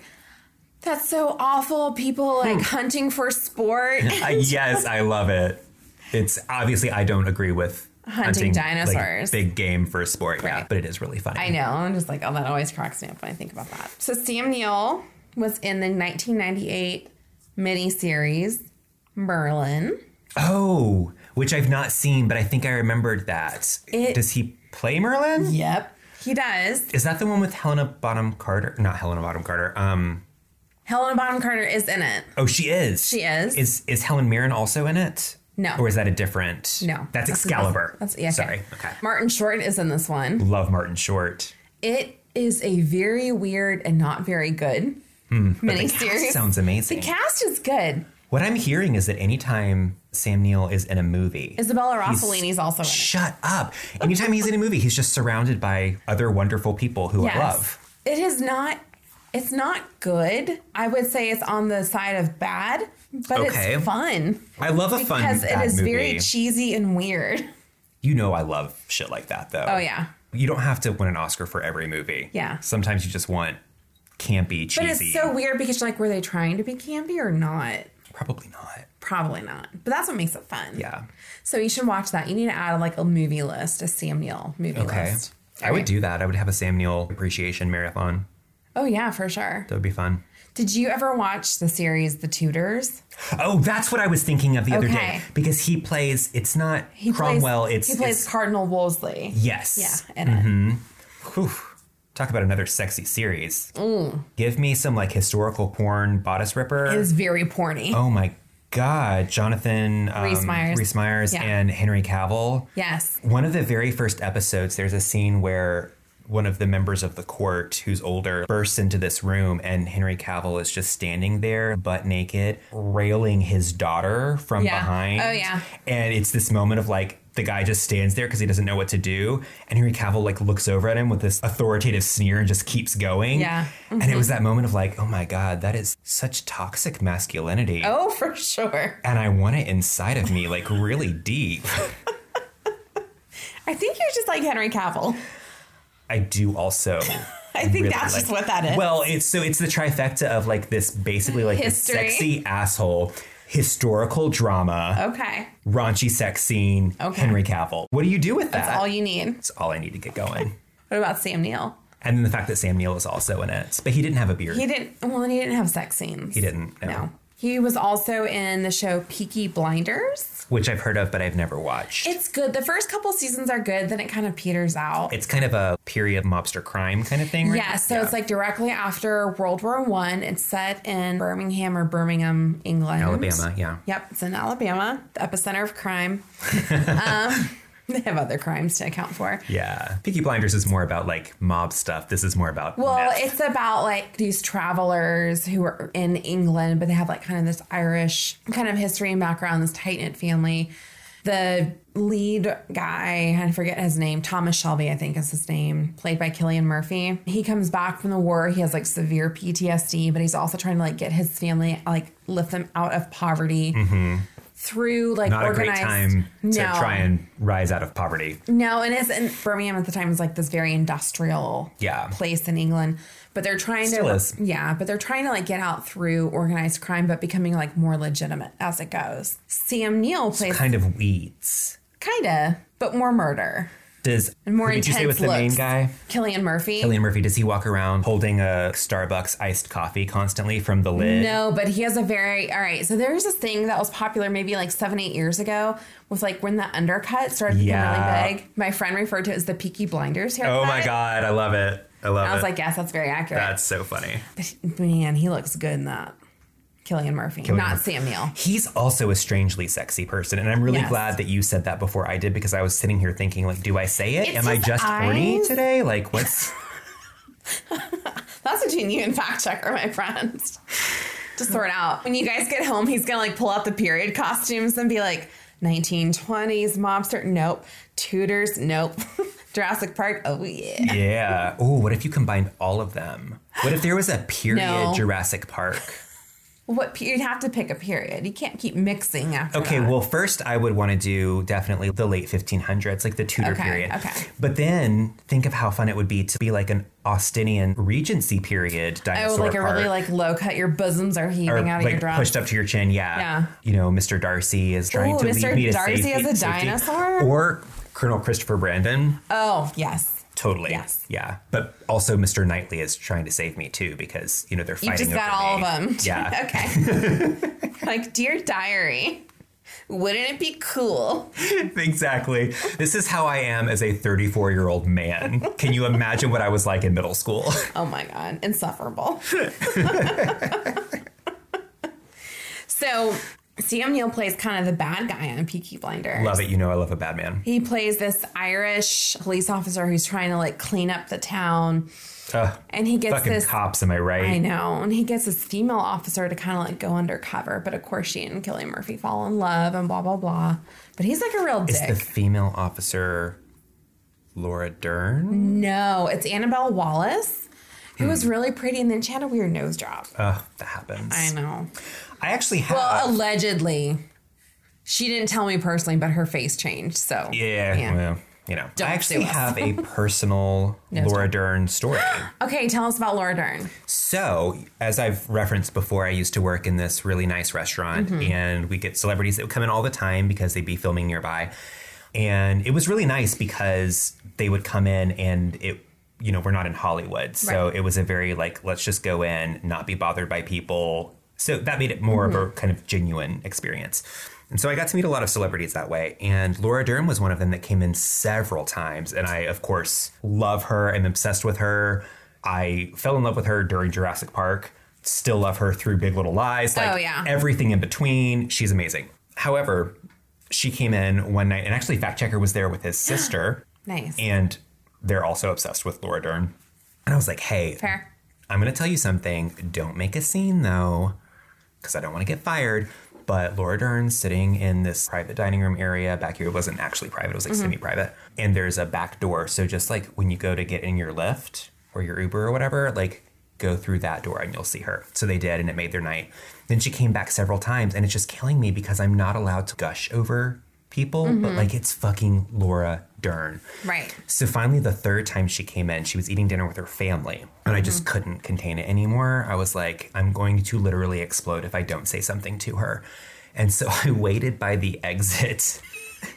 that's so awful. People like
Hmm.
hunting for
(laughs)
sport.
Uh, yes, I love it. It's obviously I don't agree with
Hunting
like,
dinosaurs.
big game for sport, yeah,
Right.
but it is really funny.
I know. I'm just like, oh, that always cracks me up when I think about that. So Sam Neill was in the 1998 miniseries Merlin.
Oh, which I've not seen, but I think I remembered that.
It-
Does he play Merlin?
Yep, he does.
Is that the one with Helena Bonham Carter? Not Helena Bonham Carter. Um.
Helena Bonham Carter is in it.
Oh, she is.
She is.
Is is Helen Mirren also in it?
No.
Or is that a different?
No,
That's Excalibur.
That's, yeah. okay.
Sorry. Okay.
Martin Short is in this one.
Love Martin Short.
It is a very weird and not very good
Hmm, The
miniseries.
cast sounds amazing.
the cast is good.
What I'm hearing is that anytime Sam Neill is in a movie,
Isabella
he's-
Rossellini's also in it.
Shut up! Anytime he's in a movie, he's just surrounded by other wonderful people who I love.
It is not. It's not good. I would say it's on the side of bad, but
Okay.
it's fun
I love a fun
because it
bad
is
movie.
very cheesy and weird.
you know I love shit like that though.
Oh, yeah.
You don't have to win an Oscar for every movie.
Yeah.
Sometimes you just want campy, cheesy.
But it's so weird because you're like, were they trying to be campy or not?
Probably not.
Probably not. But that's what makes it fun.
Yeah.
So you should watch that. You need to add like a movie list, a Sam Neill movie
Okay.
list.
I would do that. I would have a Sam Neill appreciation marathon.
Oh yeah, for sure.
That would be fun.
Did you ever watch the series The Tudors?
Oh, that's what I was thinking of the other
Okay.
day because he plays. It's not
He plays-
Cromwell. it's
he plays
it's-
Cardinal Wolsey.
yes. Mm-hmm.
Yeah, in it.
Whew. Talk about another sexy series. Give me some like historical porn bodice ripper.
It Mm. is very porny.
oh my god, Jonathan um,
Rhys Meyers.
Rhys Meyers
Yeah.
and Henry Cavill.
Yes.
One of the very first episodes, there's a scene where one of the members of the court who's older bursts into this room and Henry Cavill is just standing there butt naked railing his daughter from
Yeah.
behind.
Oh, yeah.
And it's this moment of like the guy just stands there because he doesn't know what to do and Henry Cavill like looks over at him with this authoritative sneer and just keeps going.
Yeah. Mm-hmm.
And it was that moment of like, "Oh my god, that is such toxic masculinity."
Oh, (laughs) for sure.
And I want it inside of me like really deep. (laughs)
I think you're just like Henry Cavill. (laughs)
I do also.
I think
really
that's
like-
just what that is.
Well, it's so it's the trifecta of like this basically like this
History.
sexy asshole, historical drama,
okay.
raunchy sex scene,
Okay.
Henry Cavill. What do you do with that?
That's all you need.
That's all I need to get going.
What about Sam Neill?
and then the fact that Sam Neill is also in it, but he didn't have a beard.
He didn't, well, and he didn't have sex scenes.
He didn't, no.
No. He was also in the show Peaky Blinders.
which I've heard of, but I've never watched.
It's good. The first couple seasons are good, then it kind of peters out.
it's kind of a period mobster crime kind of thing, right?
yeah, so it's like directly after World War One. It's set in Birmingham or Birmingham, England.
Alabama, yeah. (laughs)
Yep, it's in Alabama, the epicenter of crime. um, They have other crimes to account for.
Yeah. Peaky Blinders is more about like mob stuff. This is more about
Well,
meth.
it's about like these travelers who are in England, but they have like kind of this Irish kind of history and background, this tight knit family. The lead guy, I forget his name, Thomas Shelby, I think is his name, played by Killian Murphy. He comes back from the war. He has like severe PTSD, but he's also trying to like get his family, like lift them out of poverty through like
Mm-hmm. not a great
organized.
time to
No.
try and rise out of poverty.
No, and it's in Birmingham at the time was like this very industrial
Yeah.
place in England. But they're trying
Still
to
is.
Yeah, but they're trying to like get out through organized crime but becoming like more legitimate as it goes. Sam Neill plays
Kind of weeds.
kinda, but more murder.
Does
More
who did
intense
you say was the main
looks.
guy?
Killian Murphy.
Cillian Murphy, does he walk around holding a Starbucks iced coffee constantly from the lid?
No, but he has a very all right. So there's this thing that was popular maybe like seven, eight years ago with like when the undercut started to
Yeah.
become really big. My friend referred to it as the Peaky Blinders haircut.
Oh my god, I love it. I love
I was
it.
like, yes, that's very accurate.
That's so funny.
Man, he looks good in that. Killian Murphy, not
Murphy.
Sam Neill.
He's also a strangely sexy person, and I'm really
Yes.
glad that you said that before I did because I was sitting here thinking, like, do I say it?
It's
Am I
his
just horny
eyes.
today? Like, what's?
That's between you and fact checker, my friends. Just sort out. When you guys get home, he's gonna like pull out the period costumes and be like, 1920s mobster, nope. Tudors, nope. (laughs) Jurassic Park, oh yeah.
yeah. Oh, what if you combined all of them? What if there was a period
No.
Jurassic Park?
What pe- you'd have to pick a period. You can't keep mixing after.
Okay,
that.
well, first I would want to do definitely the late 1500s, like the Tudor
Okay,
period.
okay.
But then think of how fun it would be to be like an Austinian Regency period
oh,
dinosaur
like a
park.
really like low cut. Your bosoms are heaving
or
out of
like
your dress.
pushed up to your chin, yeah.
Yeah.
You know, Mr. Darcy is trying
Ooh,
to
Mr.
lead me to
Darcy
safety-
as a
safety.
dinosaur?
or Colonel Christopher Brandon,
Oh yes.
totally.
Yes.
Yeah, but also Mr. Knightley is trying to save me too because you know they're
You
fighting.
just got
over
all
me.
of (laughs) them.
Yeah.
okay.
(laughs)
like, dear diary, wouldn't it be cool?
Exactly. This is how I am as a 34 year old man. Can you imagine what I was like in middle school?
Oh my God, insufferable. (laughs) so, Sam Neill plays kind of the bad guy on Peaky Blinders.
love it. You know, I love a bad man.
He plays this Irish police officer who's trying to like clean up the town.
Ugh,
And he gets
fucking
this.
cops, am I right?
I know. And he gets this female officer to kind of like go undercover. But of course, she and Killian Murphy fall in love and blah, blah, blah. But he's like a real
Is
dick.
the female officer Laura Dern?
No, it's Annabelle Wallace, who was
Hmm.
really pretty, and then she had a weird nose job.
Ugh, that happens.
I know.
I actually have.
Well, allegedly, she didn't tell me personally, but her face changed. So
yeah, well, you know,
Don't
I actually
sue us.
have
(laughs)
a personal Laura Dern story.
Okay, tell us about Laura Dern.
So, as I've referenced before, I used to work in this really nice restaurant, and we get celebrities that would come in all the time because they'd be filming nearby. And it was really nice because they would come in and it, you know, we're not in Hollywood. So
Right.
it was a very like, let's just go in, not be bothered by people. So that made it more
Mm-hmm.
of a kind of genuine experience. And so I got to meet a lot of celebrities that way. And Laura Dern was one of them that came in several times. And I, of course, love her. I'm obsessed with her. I fell in love with her during Jurassic Park. Still love her through Big Little Lies. Like
Oh, yeah.
everything in between. She's amazing. However, she came in one night, and actually, Fact Checker was there with his
(gasps)
sister. (gasps)
Nice.
And they're also obsessed with Laura Dern. And I was like, hey,
Fair.
I'm going to tell you something. Don't make a scene though, because I don't want to get fired. But Laura Dern's sitting in this private dining room area back here. It wasn't actually private, it was like semi private. And there's a back door. So just like when you go to get in your Lyft or your Uber or whatever, like go through that door and you'll see her. So they did, and it made their night. Then she came back several times, and it's just killing me because I'm not allowed to gush over people, but like it's fucking Laura Dern.
Right.
So finally, the third time she came in, she was eating dinner with her family, and I just
Mm-hmm.
couldn't contain it anymore. I was like, I'm going to literally explode if I don't say something to her. And so (laughs) I waited by the
(laughs)
exit.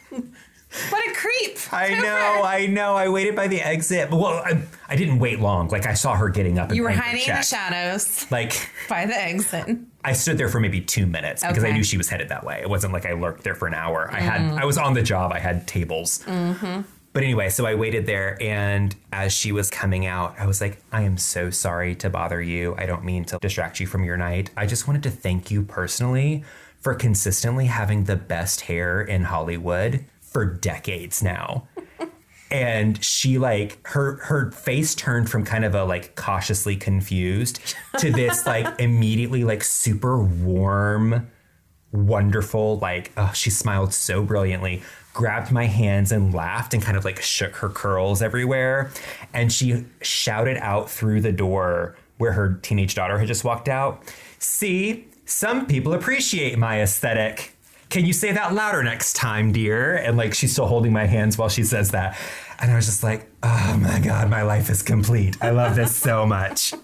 What a creep!
I
Cooper!
know, I know. I waited by the exit. But well, I, I didn't wait long. Like I saw her getting up. And
You were
paying her
hiding in the
check.
shadows
Like
by the exit.
I stood there for maybe two minutes because I
Okay.
knew she was headed that way. It wasn't like I lurked there for an hour. I had I was on the job. I had tables. But anyway, so I waited there, and as she was coming out, I was like, "I am so sorry to bother you. I don't mean to distract you from your night. I just wanted to thank you personally for consistently having the best hair in Hollywood." for decades now. and she like her her face turned from kind of a like cautiously confused to this like (laughs) immediately like super warm wonderful like oh she smiled so brilliantly grabbed my hands and laughed and kind of like shook her curls everywhere and she shouted out through the door where her teenage daughter had just walked out see some people appreciate my aesthetic can you say that louder next time, dear? And like she's still holding my hands while she says that. And I was just like, oh my God, my life is complete. I love this so much. So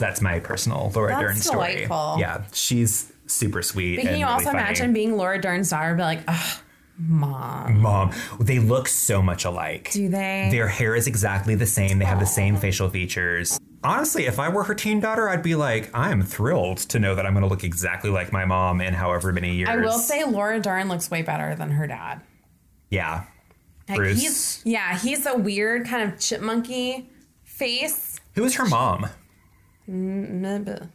that's my personal Laura
That's
Dern story.
delightful.
Yeah, Uh, she's super sweet.
But can
and
you
really
also
funny.
imagine being Laura Dern's daughter and be like, oh, mom,
Mom, they look so much alike.
do they?
Their hair is exactly the same. They have the same facial features. Honestly, if I were her teen daughter, I'd be like, I am thrilled to know that I'm going to look exactly like my mom in however many years.
I will say Laura Dern looks way better than her dad.
Yeah.
Like,
Bruce.
He's, yeah, he's a weird kind of chipmunky face.
Who is her mom?
Mb-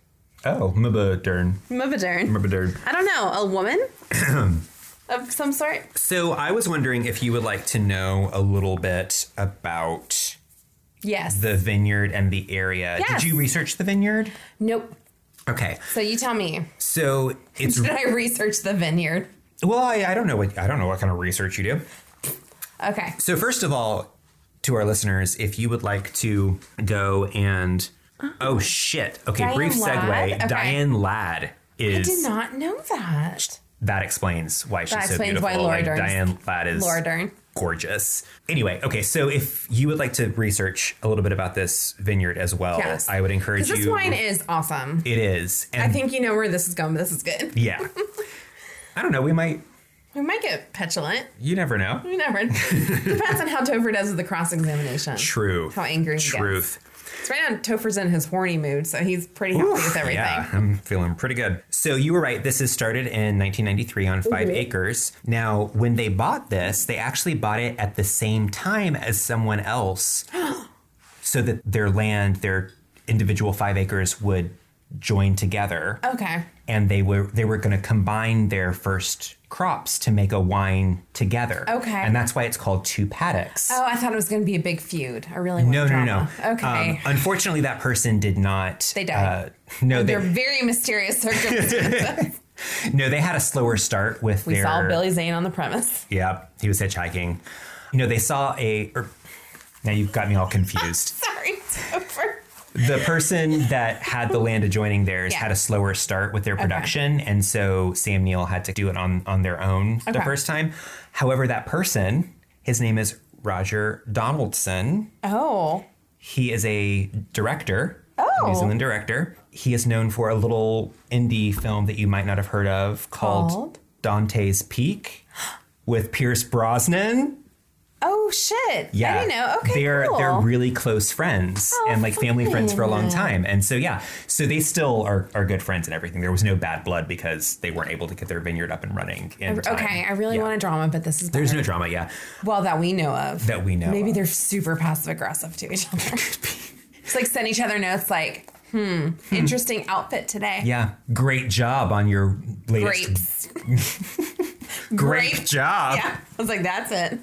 Oh, Mubba Dern.
Mb- Dern.
Mubba Dern.
I don't know, a woman
(clears throat)
of some sort.
So I was wondering if you would like to know a little bit about
Yes.
the vineyard and the area.
Yes.
Did you research the vineyard?
nope.
Okay.
So you tell me.
So it's
Did I research the vineyard?
well, I, I don't know what I don't know what kind of research you do.
Okay.
So first of all, to our listeners, if you would like to go and oh shit. Okay,
Diane
brief segue.
Ladd? Okay.
Diane Ladd
I
is
did not know that.
that explains why she's so
explains
beautiful.
why Laura
like,
Dern's-
Diane Ladd is
Laura Dern.
gorgeous. Anyway, okay, so if you would like to research a little bit about this vineyard as well,
Yes.
I would encourage
'Cause
you.
This wine is awesome.
it is, and
I think you know where this is going, but this is good. (laughs)
yeah. I don't know. We might.
We might get petulant.
You never know.
You
(laughs)
never. Depends on how Topher does with the cross examination.
True.
How angry he
Truth.
gets. So right now, Topher's in his horny mood, so he's pretty happy
Oof,
with everything.
(laughs) Yeah, I'm feeling pretty good. So you were right. This is started in 1993 on 5
Mm-hmm.
acres. Now, when they bought this, they actually bought it at the same time as
(gasps)
someone else, so that their land, their individual five acres, would join together,
Okay.
and they were they were going to combine their first crops to make a wine together.
Okay.
and that's why it's called two paddocks.
Oh, I thought it was going to be a big feud. I really want
No, no, no,
drama.
no.
Okay.
Um, unfortunately, that person did not.
They died.
Uh, no, they,
They're very mysterious
(laughs)
circumstances.
No, they had a slower start with
we
their.
saw Billy Zane on the premise. (laughs)
Yeah, he was hitchhiking. You know, they saw a. Or, now you've got me
(laughs)
all confused.
Sorry, Topher.
the person that had the land adjoining theirs
Yeah.
had a slower start with their production, and so Sam Neill had to do it on on their own the
Okay.
first time. However, that person, his name is Roger Donaldson.
Oh,
He is a director, a
Oh.
New Zealand director. He is known for a little indie film that you might not have heard of called,
Called?
Dante's Peak with Pierce Brosnan.
oh shit.
Yeah,
I didn't know. Okay,
they're
cool.
they're really close friends
Oh,
and like family friends for a long
fun.
time, and so yeah, so they still are are good friends and everything. There was no bad blood because they weren't able to get their vineyard up and running. In time.
okay. I really
Yeah.
want a drama, but this is
There's
better.
no drama, yeah.
well that we know of.
That we know
Maybe
of.
they're super passive aggressive to each other. (laughs) Just like send each other notes, like, hmm, interesting outfit today.
Yeah, great job on your latest
Grapes.
great,
Grape.
job.
Yeah. I was like, that's it.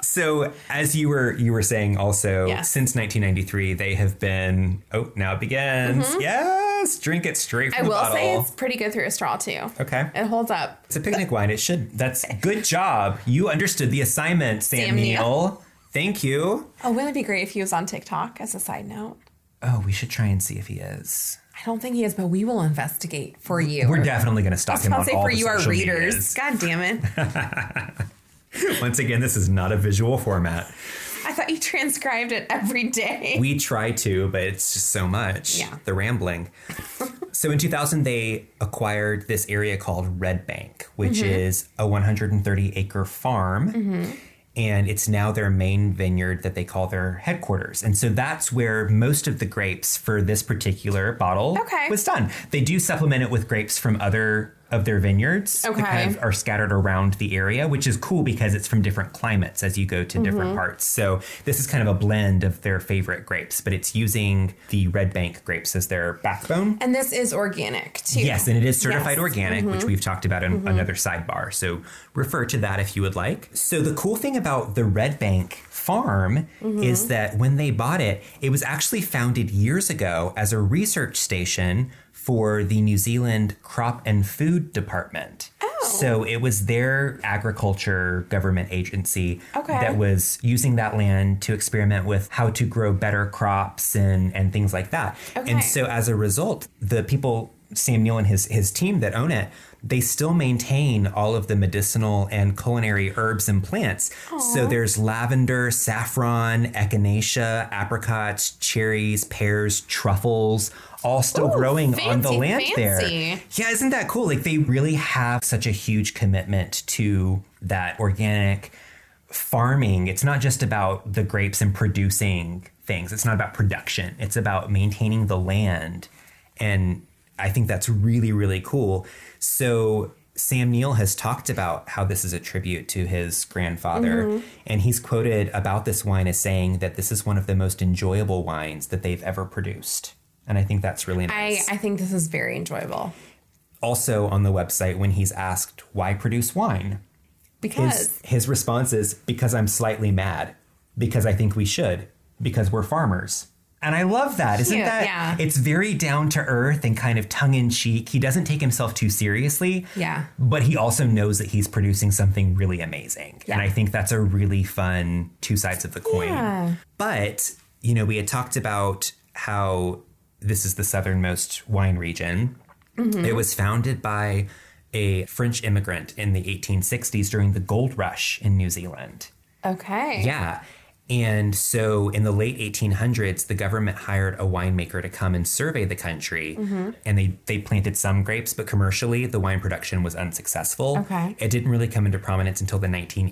So as you were you were saying also
Yes.
since 1993 they have been oh now it begins yes drink it straight
Mm-hmm. I
from the
will
bottle
say it's pretty good through a straw too.
okay
It holds up.
it's a picnic wine it should that's good job you understood the assignment Sam,
Sam Neill.
Neill thank you
Oh, wouldn't it be great if he was on TikTok as a side note?
oh we should try and see if he is
I don't think he is, but we will investigate for you.
we're definitely going to stalk him
I'll
on
say
all
for
the
you, our
social
readers.
medias.
God damn it.
once again this is not a visual format
I thought you transcribed it every day. (laughs)
we try to, but it's just so much.
Yeah.
The
(laughs)
rambling. so in 2000, they acquired this area called Red Bank, which
Mm-hmm.
is a 130 acre farm. And it's now their main vineyard that they call their headquarters. And so that's where most of the grapes for this particular bottle
Okay.
was done. They do supplement it with grapes from other of their vineyards
Okay.
that kind of are scattered around the area, which is cool because it's from different climates as you go to different parts. So this is kind of a blend of their favorite grapes, but it's using the Red Bank grapes as their backbone.
And this is organic too.
Yes, and it is
Yes.
certified
Mm-hmm.
organic, which we've talked about in another sidebar. So refer to that if you would like. So the cool thing about the Red Bank farm
Mm-hmm.
is that when they bought it, it was actually founded years ago as a research station for the New Zealand Crop and Food Department.
Oh.
So it was their agriculture government agency
Okay.
that was using that land to experiment with how to grow better crops and, and things like that.
Okay.
And so as a result, the people, Sam Neill and his, his team that own it, they still maintain all of the medicinal and culinary herbs and plants. So there's lavender, saffron, echinacea, apricots, cherries, pears, truffles, all still growing on the
fancy,
land
fancy.
there. Yeah, isn't that cool? Like they really have such a huge commitment to that organic farming. It's not just about the grapes and producing things. It's not about production. It's about maintaining the land. And I think that's really really cool. So Sam Neill has talked about how this is a tribute to his grandfather, and he's quoted about this wine as saying that this is one of the most enjoyable wines that they've ever produced. And I think that's really nice
I, I think this is very enjoyable
also on the website when he's asked why produce wine.
because
His his response is because I'm slightly mad, because I think we should, because we're farmers. And I love that, isn't
Cute,
that?
yeah.
It's very down to earth and kind of tongue in cheek. He doesn't take himself too seriously.
Yeah.
But he also knows that he's producing something really amazing.
Yeah.
And I think that's a really fun two sides of the coin.
Yeah.
But, you know, we had talked about how this is the southernmost wine region.
Mm-hmm.
It was founded by a French immigrant in the 1860s during the gold rush in New Zealand.
okay,
Yeah. And so in the late 1800s, the government hired a winemaker to come and survey the country.
Mm-hmm.
And they, they planted some grapes, but commercially, the wine production was unsuccessful.
Okay.
It didn't really come into prominence until the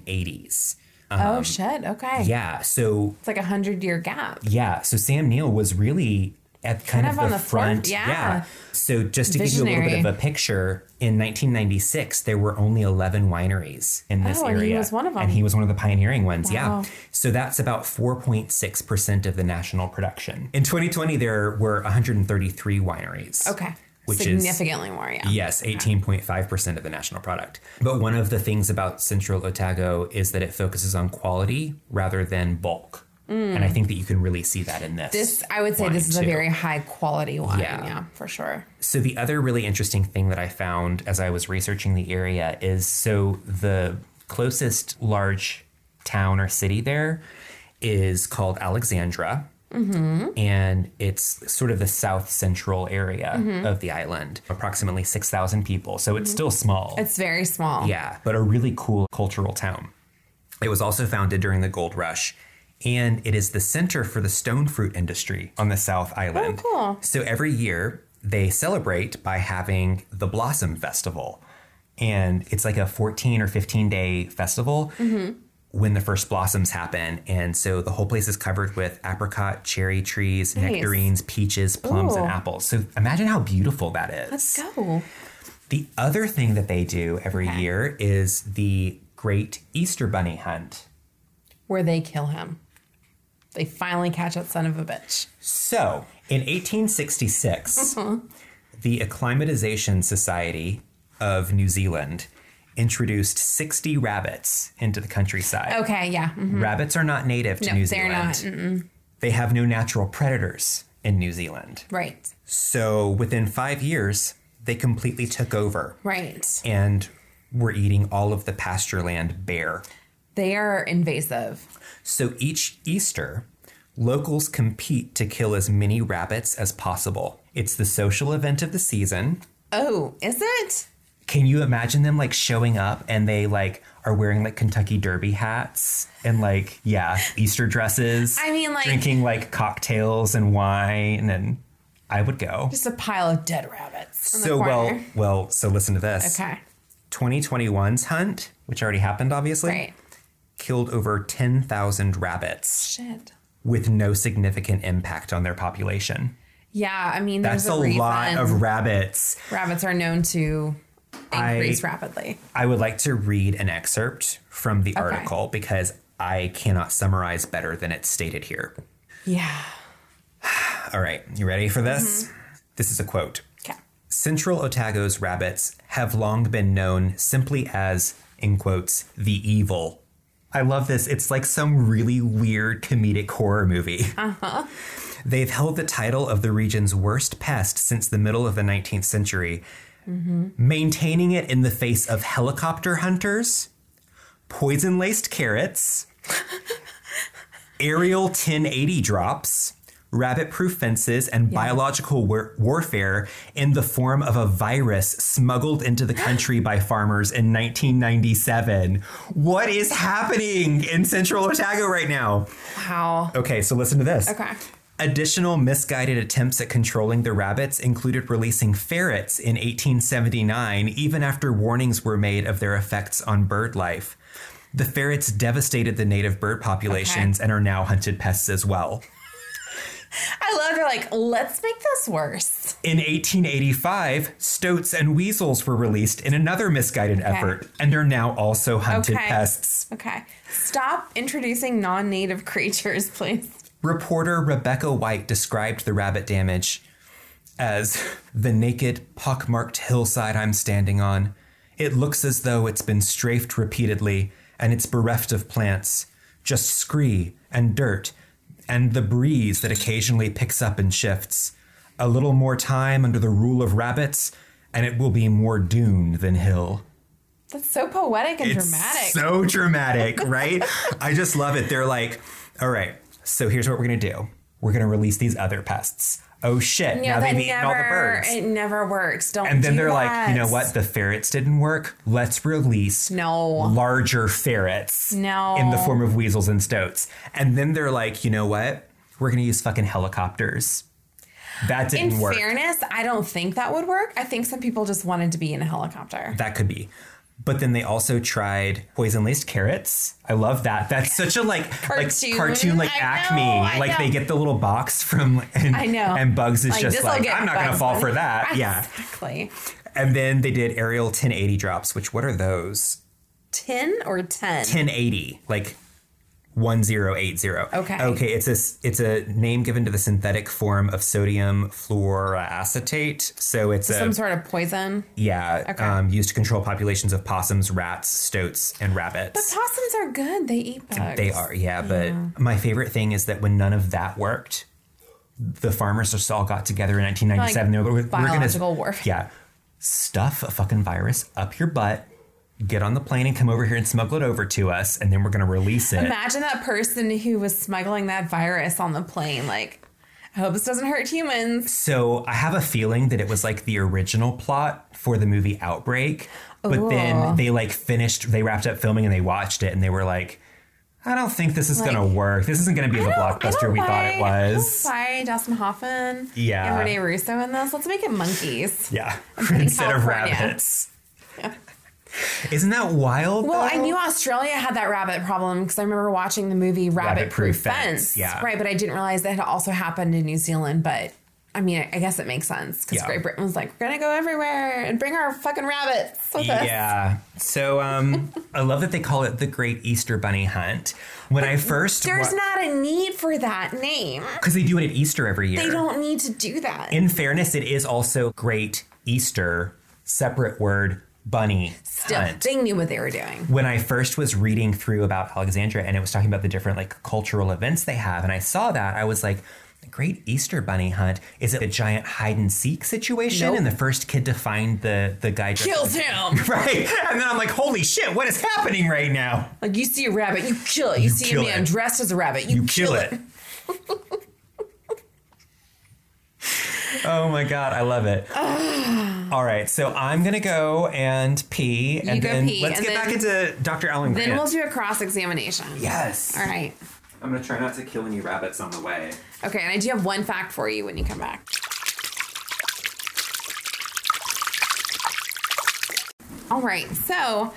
1980s.
oh shit, okay,
Yeah. So
it's like a hundred year gap.
yeah, so Sam Neill was really at
Kind
kind, of,
of
the,
on the
front.
front, yeah.
So just to give you a little bit
Visionary.
of a picture, in 1996 there were only 11 wineries in this
Oh, and
area,
he was one of them.
And he was one of the pioneering ones.
Wow.
Yeah. So that's about 4.6 percent of the national production. In 2020 there were 133 wineries.
Okay,
Which is
significantly more. Yeah,
Yes, 18.5% of the national product. But one of the things about Central Otago is that it focuses on quality rather than bulk. And I think that you can really see that in this.
Mm. this I would say
wine,
this is a
too.
very high quality wine. Yeah,
Yeah.
for sure.
So, the other really interesting thing that I found as I was researching the area is so the closest large town or city there is called Alexandra. And it's sort of the south central area of the island, approximately 6,000 people. So, it's still small.
It's very small.
Yeah, but a really cool cultural town. It was also founded during the gold rush, and it is the center for the stone fruit industry on the South Island.
Oh, cool.
So every year they celebrate by having the Blossom Festival. And it's like a 14 or 15 day festival
Mm-hmm.
when the first blossoms happen. And so the whole place is covered with apricot, cherry trees, nectarines, peaches, plums, and
Ooh.
apples. So imagine how beautiful that is.
Let's go.
The other thing that they do every year is the Great Easter Bunny Hunt.
Where they kill him. They finally catch that son of a bitch.
So, in 1866,
Mm-hmm.
the Acclimatization Society of New Zealand introduced 60 rabbits into the countryside.
Okay, yeah. mhm.
Rabbits are not native to
No,
New
they're
Zealand.
not.
They have no natural predators in New Zealand.
Right,
So, within five years, they completely took over
right.
and were eating all of the pasture land bare.
They are invasive.
So each Easter, locals compete to kill as many rabbits as possible. It's the social event of the season.
Oh, is it?
Can you imagine them like showing up and they like are wearing like Kentucky Derby hats and like yeah, Easter dresses.
I mean, like-
drinking like cocktails and wine and I would go.
Just a pile of dead rabbits. in the
So well,
corner.
well, so listen to this.
Okay.
2021's hunt, which already happened obviously,
Right.
killed over 10,000 rabbits.
Shit.
with no significant impact on their population.
Yeah, I mean,
That's
there's
a
reason
lot of rabbits.
rabbits are known to increase rapidly.
I would like to read an excerpt from the article because I cannot summarize better than it's stated here.
Yeah.
All right, you ready for this?
Mm-hmm.
This is a quote.
Okay.
Central Otago's rabbits have long been known simply as, in quotes, the evil. I love this. It's like some really weird comedic horror movie. (laughs) They've held the title of the region's worst pest since the middle of the 19th century, maintaining it in the face of helicopter hunters, poison laced carrots, aerial 1080 drops, rabbit proof fences, and biological war- warfare in the form of a virus smuggled into the country by farmers in 1997. What is happening in central Otago right now?
Wow.
Okay, so listen to this.
Okay.
Additional misguided attempts at controlling the rabbits included releasing ferrets in 1879, even after warnings were made of their effects on bird life. The ferrets devastated the native bird populations and are now hunted pests as well.
I love they're like, let's make this worse.
In 1885, stoats and weasels were released in another misguided effort and are now also hunted
Okay.
pests.
Okay. Stop introducing non native creatures, (laughs) please.
Reporter Rebecca White described the rabbit damage as the naked, pockmarked hillside I'm standing on. It looks as though it's been strafed repeatedly and it's bereft of plants, just scree and dirt, and the breeze that occasionally picks up and shifts. A little more time under the rule of rabbits, and it will be more dune than hill.
That's so poetic and
It's
dramatic.
So dramatic, right? I just love it. They're like, all right, so here's what we're gonna do. We're gonna release these other pests. Oh shit,
No,
now
that
they've eaten all the
never-
birds.
It never works. Don't.
and then
do
they're like,
that.
you know what? The ferrets didn't work. Let's release
No.
larger ferrets
No.
in the form of weasels and stoats. And then they're like, you know what? We're gonna use fucking helicopters. That didn't
In
work.
fairness, I don't think that would work. I think some people just wanted to be in a helicopter.
That could be. But then they also tried poison laced carrots. I love that. That's such
(laughs)
a like
Cartoon.
like cartoon like
I know,
Acme.
I
like they
know.
get the little box from and,
I know.
And Bugs is just
this'll
like
get
I'm not gonna
bugs
fall
Bunny." (laughs)
for that. Yeah.
Exactly.
And then they did aerial 1080 drops. Which what are those?
10 or 10?
1080 like. 1080.
Okay.
Okay, it's a s- it's a name given to the synthetic form of sodium fluoroacetate. So it's a
Some sort of poison.
yeah, um, used to control populations of possums, rats, stoats, and rabbits.
Possums are good. They eat bugs.
They are, yeah. But my favorite thing is that when none of that worked, the farmers just all got together in
Like
1997. they were, like, we're
biological
gonna,
warfare.
Yeah, stuff a fucking virus up your butt, get on the plane and come over here and smuggle it over to us, and then we're gonna release it.
Imagine that person who was smuggling that virus on the plane. Like, I hope this doesn't hurt humans.
So I have a feeling that it was like the original plot for the movie Outbreak, but then
Ooh.
they like finished, they wrapped up filming and they watched it and they were like, I don't think this is gonna work. This isn't gonna be the
I don't- I
blockbuster
don't
we thought it
buy- I don't
was.
buy Dustin Hoffman
Yeah.
and Rene Russo in this. Let's make it monkeys.
Yeah, (laughs) instead of
California. (laughs)
rabbits. Isn't that wild?
Well, I
though?
knew Australia had that rabbit problem because I remember watching the movie Rabbit, Proof Fence.
yeah.
Right, but I didn't realize that had also happened in New Zealand. But I mean, I, I guess it makes sense because
Yeah.
Great Britain was like, we're going to go everywhere and bring our fucking rabbits with us.
Yeah. So um, I love that they call it the Great Easter Bunny Hunt. When I first
There's not a need for that name.
because they do it at Easter every year.
They don't need to do that.
In fairness, it is also Great Easter, separate word, bunny
Still,
hunt.
they knew what they were doing.
when I first was reading through about Alexandria and it was talking about the different like cultural events they have, and I saw that, I was like, the Great Easter Bunny Hunt is it a giant hide and seek situation?
Nope.
And the first kid to find the the guy just
Kills him.
(laughs) right, and then I'm like, holy shit, what is happening right now?
like you see a rabbit, you kill it. You, see a
kill
man
it.
dressed as a rabbit, you, kill, it.
oh my god, I
(sighs)
love it. All right, so I'm gonna go and pee, and
go
then
pee,
let's
and
get back into Dr. Alan
Then
Grant.
we'll do a cross examination.
yes.
All right.
I'm gonna try not to kill any rabbits on the way.
Okay, and I do have one fact for you when you come back. All right, so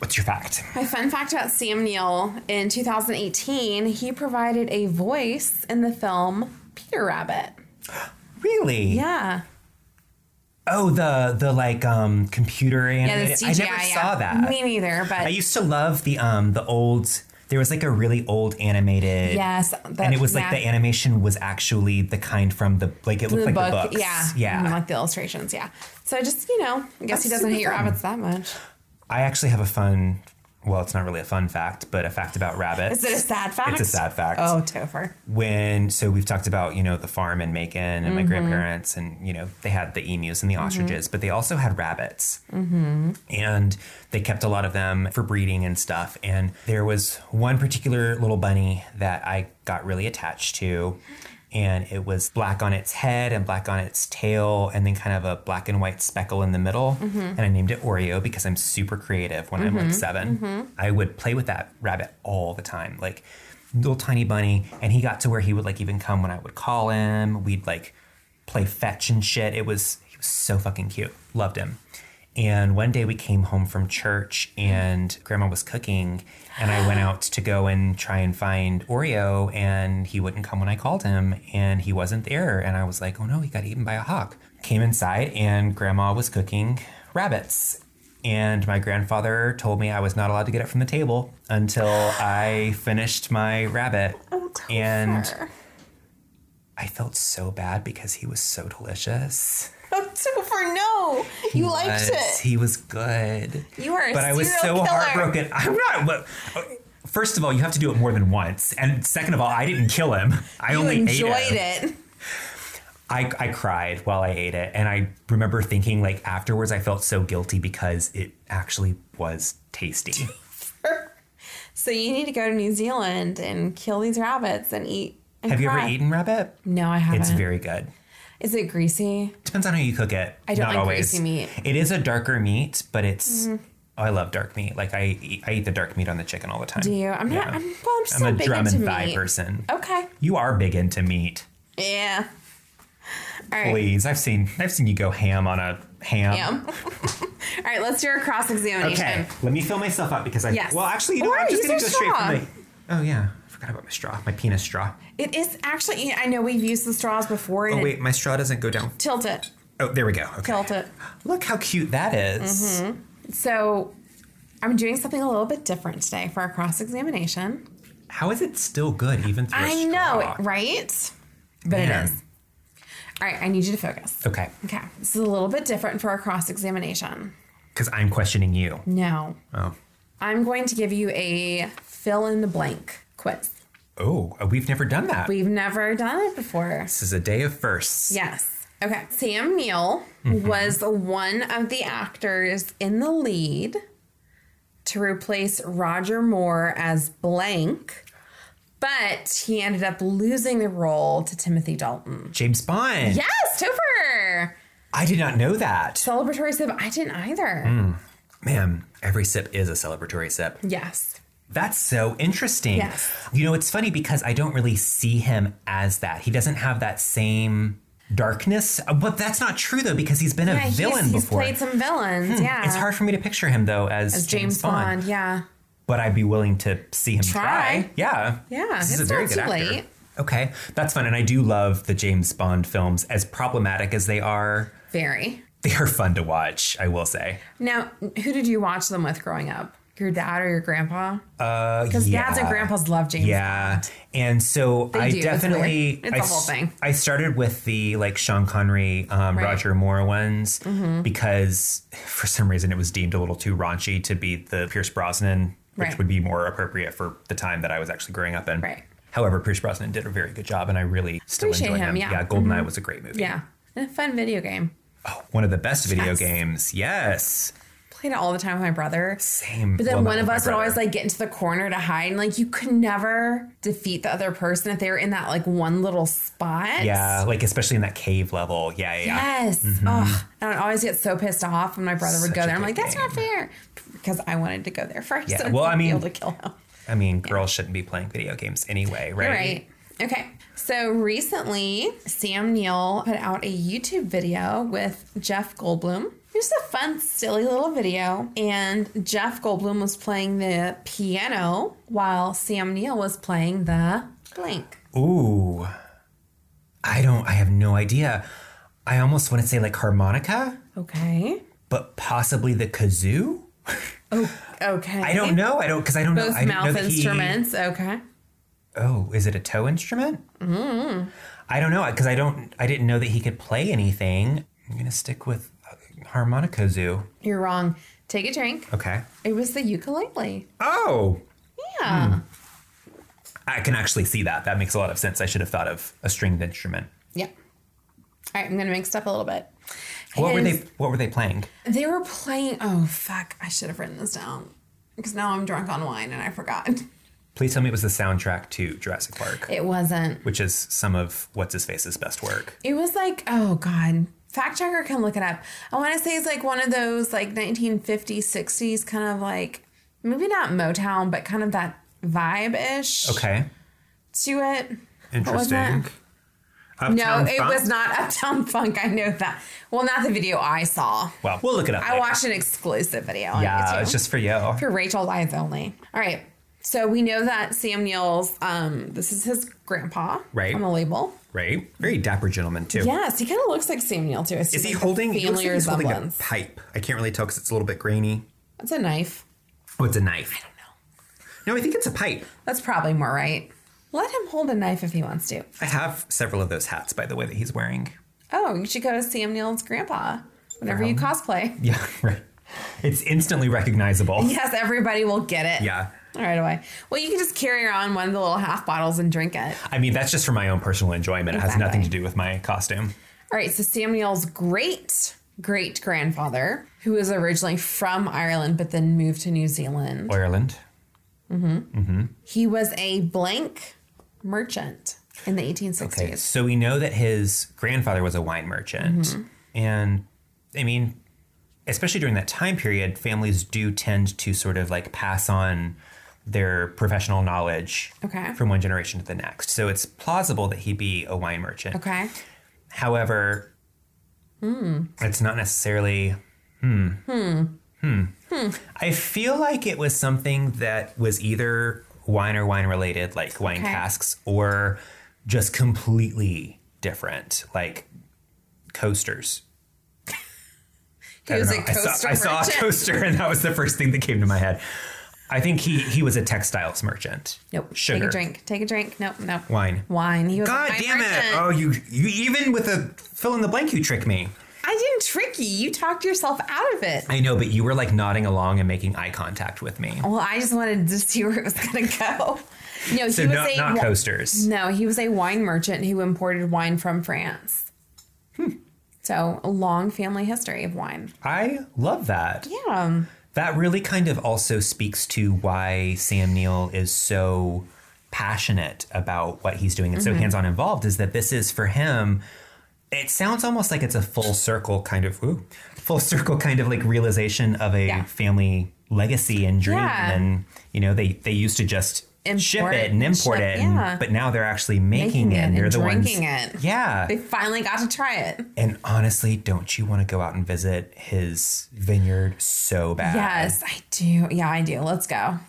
What's your fact?
my fun fact about Sam Neill in 2018, he provided a voice in the film Peter Rabbit.
Really?
Yeah.
Oh, the the like um computer
Yeah,
animated.
the CGI.
I never
yeah.
saw that.
Me neither. But
I used to love the um the old. There was like a really old animated.
yes,
And it was like the
animal.
animation was actually the kind from the like it looked
the
like
book,
the books.
yeah,
Yeah.
Mm, like the illustrations, yeah. So just you know, I guess he
That's
doesn't hate
super fun.
rabbits that much.
I actually have a fun. Well, it's not really a fun fact, but a fact about
Is
rabbits.
it a sad fact?
It's a sad fact.
Oh, Topher.
when so we've talked about you know the farm in Macon and
Mm-hmm.
my grandparents and you know they had the emus and the ostriches, but they also had rabbits, mm-hmm. and they kept a lot of them for breeding and stuff. And there was one particular little bunny that I got really attached to. And it was black on its head and black on its tail, and then kind of a black and white speckle in the middle. And I named it Oreo because I'm super creative when I'm like 7 I would play with that rabbit all the time. Like, little tiny bunny and he got to where he would like even come when I would call him. We'd like play fetch and shit. It was he was so fucking cute. Loved him. And one day we came home from church and grandma was cooking and I went out to go and try and find Oreo and he wouldn't come when I called him and he wasn't there and I was like, "Oh no, he got eaten by a hawk." Came inside and grandma was cooking rabbits and my grandfather told me I was not allowed to get up from the table until I finished my rabbit.
Oh,
and
Topher.
I felt so bad because he was so delicious.
Oh, Topher, no, you liked
Yes,
it.
He was good.
You are, a
but I was so
serial killer.
heartbroken. I'm not. But, uh, first of all, you have to do it more than once. And second of all, I didn't kill him. I
You
only
enjoyed
ate him.
it.
I, I cried while I ate it. And I remember thinking, like, afterwards, I felt so guilty because it actually was
(laughs)
tasty.
So you need to go to New Zealand and kill these rabbits and eat. and
Have you ever
cry.
eaten rabbit?
No, I haven't.
It's very good.
Is it greasy?
Depends on how you cook it. I
don't
Not
like
always.
greasy meat. Mm-hmm.
It is a darker meat, but it's. Oh, I love dark meat. Like I, eat- I eat the dark meat on the chicken all the time.
Do you? I'm not.
Yeah.
I'm, well, I'm just
I'm
not
a
big
drum
into
and thigh
meat.
person.
Okay.
You are big into meat.
Yeah. All right.
Please, I've seen, I've seen you go ham on a ham.
Am. (laughs) All right. Let's do a cross examination.
Okay, let me fill myself up because I.
Yes.
Well, actually, you know, what?
Or
I'm just
use
gonna go
your
straight from
straw.
the. Oh yeah, I forgot about my straw, my penis straw.
It is actually. I know we've used the straws before. And
Oh
it-
wait, my straw doesn't go down.
Tilt it.
Oh, there we go. Okay.
Tilt it. Mm-hmm.
Look how cute that is.
So I'm doing something a little bit different today for our cross examination.
How is it still good even through a
I know,
straw?
it, right? But
Man.
it is. All right. I need you to focus.
Okay.
Okay. This is a little bit different for our cross examination.
Because I'm questioning you.
No.
Oh.
I'm going to give you a fill in the blank quiz.
Oh, we've never done that.
We've never done it before.
this is a day of firsts.
Yes. Okay. Sam Neill
Mm-hmm.
was one of the actors in the lead to replace Roger Moore as blank, but he ended up losing the role to Timothy Dalton.
James Bond.
Yes, Topher.
I did not know that.
Celebratory sip. I didn't either.
Mm. Man, every sip is a celebratory sip.
Yes.
That's so interesting.
Yes.
You know, it's funny because I don't really see him as that. He doesn't have that same darkness. Uh, But that's not true though, because he's been a
he's-
villain
he's,
before. Hmm,
played some villains. Yeah.
It's hard for me to picture him though as,
James, Bond. Yeah.
but I'd be willing to see him try.
Try.
Yeah.
Yeah,
This is
it's
a very
not
good
too
actor.
late.
Okay. That's fun. And I do love the James Bond films, as problematic as they are.
Very.
They are fun to watch, I will say.
Now, who did you watch them with growing up? Your dad or your grandpa?
Because
Dads and grandpas love James.
Yeah. And so I
do, it's
definitely
weird. It's
I
a whole
s-
thing.
I started with the like Sean Connery,
Right.
um,
Mm-hmm.
Roger Moore ones because for some reason it was deemed a little too raunchy to be the Pierce Brosnan, which
Right.
would be more appropriate for the time that I was actually growing up in.
Right.
However, Pierce Brosnan did a very good job and I really still
Appreciate
enjoy him.
him, yeah. Mm-hmm.
Goldeneye was a great movie. Oh,
Yeah. And a fun video game.
One of the best video
Yes.
games. Yes.
Played it all the time with my brother.
Same.
But then
Well, not
one
with
of
my
us would always
brother.
like get into the corner to hide. And like you could never defeat the other person if they were in that like one little spot.
Yeah, like especially in that cave level. Yeah, yeah, yeah.
Yes. Ugh. And I'd always get so pissed off when my brother would
Such
go
a
there. I'm
good
like, that's not
game.
fair. Because I wanted to go there first.
Yeah,
and
well, I
be
mean-
able (laughs) to kill him.
I mean, girls shouldn't be playing video games anyway, right?
All right. Okay. So recently, Sam Neill put out a YouTube video with Jeff Goldblum. It was a fun, silly little video. And Jeff Goldblum was playing the piano while Sam Neill was playing the blank.
Ooh. I don't I have no idea. I almost want to say like harmonica,
Okay.
but possibly the kazoo.
Okay.
I don't know. I don't because I don't know.
Both
I don't know
mouth
that he-
instruments. Okay.
oh, is it a toe instrument? Mm.
Mm-hmm.
I don't know because I don't. I didn't know that he could play anything. I'm gonna stick with uh, harmonica zoo.
You're wrong. Take a drink.
Okay.
It was the ukulele.
Oh,
Yeah.
I can actually see that. That makes a lot of sense. I should have thought of a stringed instrument.
Yeah. All right, I'm gonna mix it up a little bit.
What were
His-
they? What were they playing?
They were playing. Oh fuck! I should have written this down because now I'm drunk on wine and I forgot.
Please tell me it was the soundtrack to Jurassic Park,
It wasn't.
which is some of what's his face's best work.
It was like oh god. Fact checker can look it up. I want to say it's like one of those like 1950s, 60s kind of like maybe not Motown, but kind of that vibe ish
Okay,
to it. What was that?
interesting.
No,
Uptown
it
Funk?
was not (laughs) Uptown Funk. I know that. Well, not the video I saw.
Well, we'll look it up.
I
later.
watched an exclusive video. On
Yeah,
YouTube.
it's just for you.
for Rachel Lyth only. All right. So we know that Sam Neill's, um, this is his grandpa
Right.
on the label.
Right? Very dapper gentleman too.
Yes, he kind of looks like Sam Neill too.
Is he holding? It looks
family
like he's holding a
resemblance?
pipe. I can't really tell because it's a little bit grainy.
That's a knife.
Oh, it's a knife.
No,
No, I think it's a pipe.
that's probably more right. Let him hold a knife if he wants to.
I have several of those hats, by the way, that he's wearing.
Oh, you should go to Sam Neill's grandpa whenever you cosplay. (laughs)
Yeah, (laughs) right. It's instantly recognizable.
Yes, everybody will get it.
Yeah.
Right away. Well, you can just carry around one of the little half bottles and drink it.
I mean, that's just for my own personal enjoyment. It has
Exactly.
nothing to do with my costume.
All right, so Samuel's great great grandfather, who was originally from Ireland but then moved to New Zealand,
Ireland.
he was a blank merchant in the 1860s.
Okay. So we know that his grandfather was a wine merchant. And I mean, especially during that time period, families do tend to sort of like pass on their professional knowledge
Okay.
from one generation to the next. So it's plausible that he be a wine merchant.
Okay.
However,
Hmm.
it's not necessarily. Hmm. Hmm. Hmm. I feel like it was something that was either wine or wine related, like wine
Okay.
casks, or just completely different, like coasters.
He
I
was
don't
a
know. I saw-
coaster
I saw,
merchant.
a coaster, and that was the first thing that came to my head. I think he he was a textiles merchant.
Nope.
Sugar.
Take a drink. Take a drink. Nope. Nope.
Wine.
Wine. He was
God
a wine
damn it!
merchant.
Oh, you you even with a fill in the blank, you trick me.
I didn't trick you. You talked yourself out of it.
I know, but you were like nodding along and making eye contact with me.
Well, I just wanted to see where it was going to go. (laughs) No,
So
he was
not,
a
not
wi-
coasters.
No, he was a wine merchant who imported wine from France. So, a long family history of wine. Um,
I love that.
Yeah.
That really kind of also speaks to why Sam Neill is so passionate about what he's doing and
Mm-hmm.
so hands-on involved is that this is for him it sounds almost like it's a full circle kind of ooh, full circle kind of like realization of a
Yeah.
family legacy and dream
Yeah.
and you know they they used to just ship
Import
it and
and
import
ship-
it and-
yeah.
but now they're actually making,
Making
it
it
and they're
and
the ones
drinking it.
yeah Uh,
They finally got to try it.
And honestly, don't you want to go out and visit his vineyard so bad?
Yes, I do. Yeah, I do. Let's go.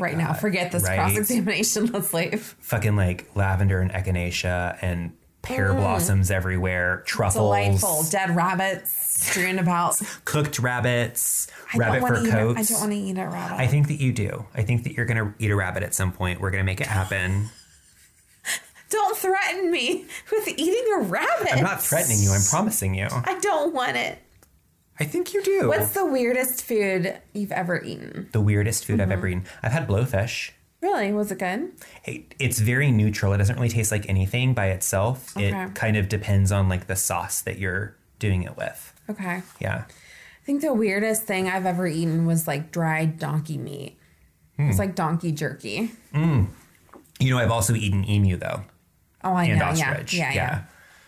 right now. Forget this
Right.
cross (laughs) examination. Let's leave.
Fucking like lavender and echinacea and pear blossoms everywhere, truffles,
Mm. Delightful. Dead rabbits strewn
(laughs)
about.
cooked rabbits,
I don't
rabbit
want
fur
to eat. A, I
coats.
don't want to eat a rabbit.
I think that you do. I think that you're going to eat a rabbit at some point. We're going to make it happen.
don't threaten me (laughs) with eating a rabbit.
I'm not threatening you, I'm promising you.
I don't want it.
I think you do.
What's the weirdest food you've ever eaten?
the weirdest food I've ever
Mm-hmm.
eaten? I've had blowfish.
Really? Was it good?
it, it's very neutral. It doesn't really taste like anything by itself.
Okay.
It kind of depends on like the sauce that you're doing it with.
Okay.
Yeah.
I think the weirdest thing I've ever eaten was like dried donkey meat.
Hmm.
It's like donkey jerky.
You know, I've also eaten emu though,
Oh, I
and
know.
ostrich.
Yeah, yeah,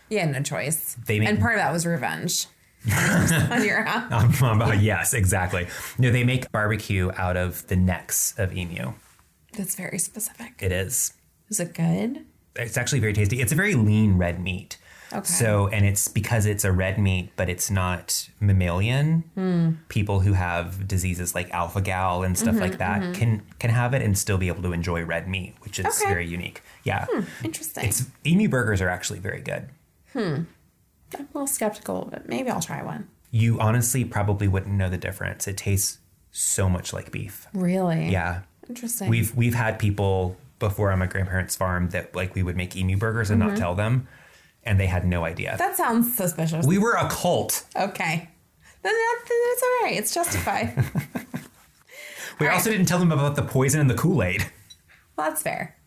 yeah, yeah. no choice.
They make-
and part of that was revenge
(laughs)
on your house.
Um, uh, yes, exactly. No, they make barbecue out of the necks of emu.
That's very specific.
It is.
Is it good?
It's actually very tasty. It's a very lean red meat.
Okay.
So, and it's because it's a red meat, but it's not mammalian.
Hmm.
People who have diseases like alpha gal and
Mm-hmm,
stuff like that can can have it and still be able to enjoy red meat, which is
Okay. Hmm.
very unique. Yeah,
Interesting.
it's emu burgers are actually very good.
I'm a little skeptical, but maybe I'll try one.
You honestly probably wouldn't know the difference. It tastes so much like beef.
Really?
Yeah.
Interesting.
We've we've had people before on my grandparents' farm that like we would make emu burgers and not tell them and they had no idea.
Mm-hmm. that sounds suspicious.
we were a cult.
okay. Then that, then that's all right. It's
(laughs)
justified. well,
We
All
also didn't tell them about the poison and the Kool-Aid.
that's fair.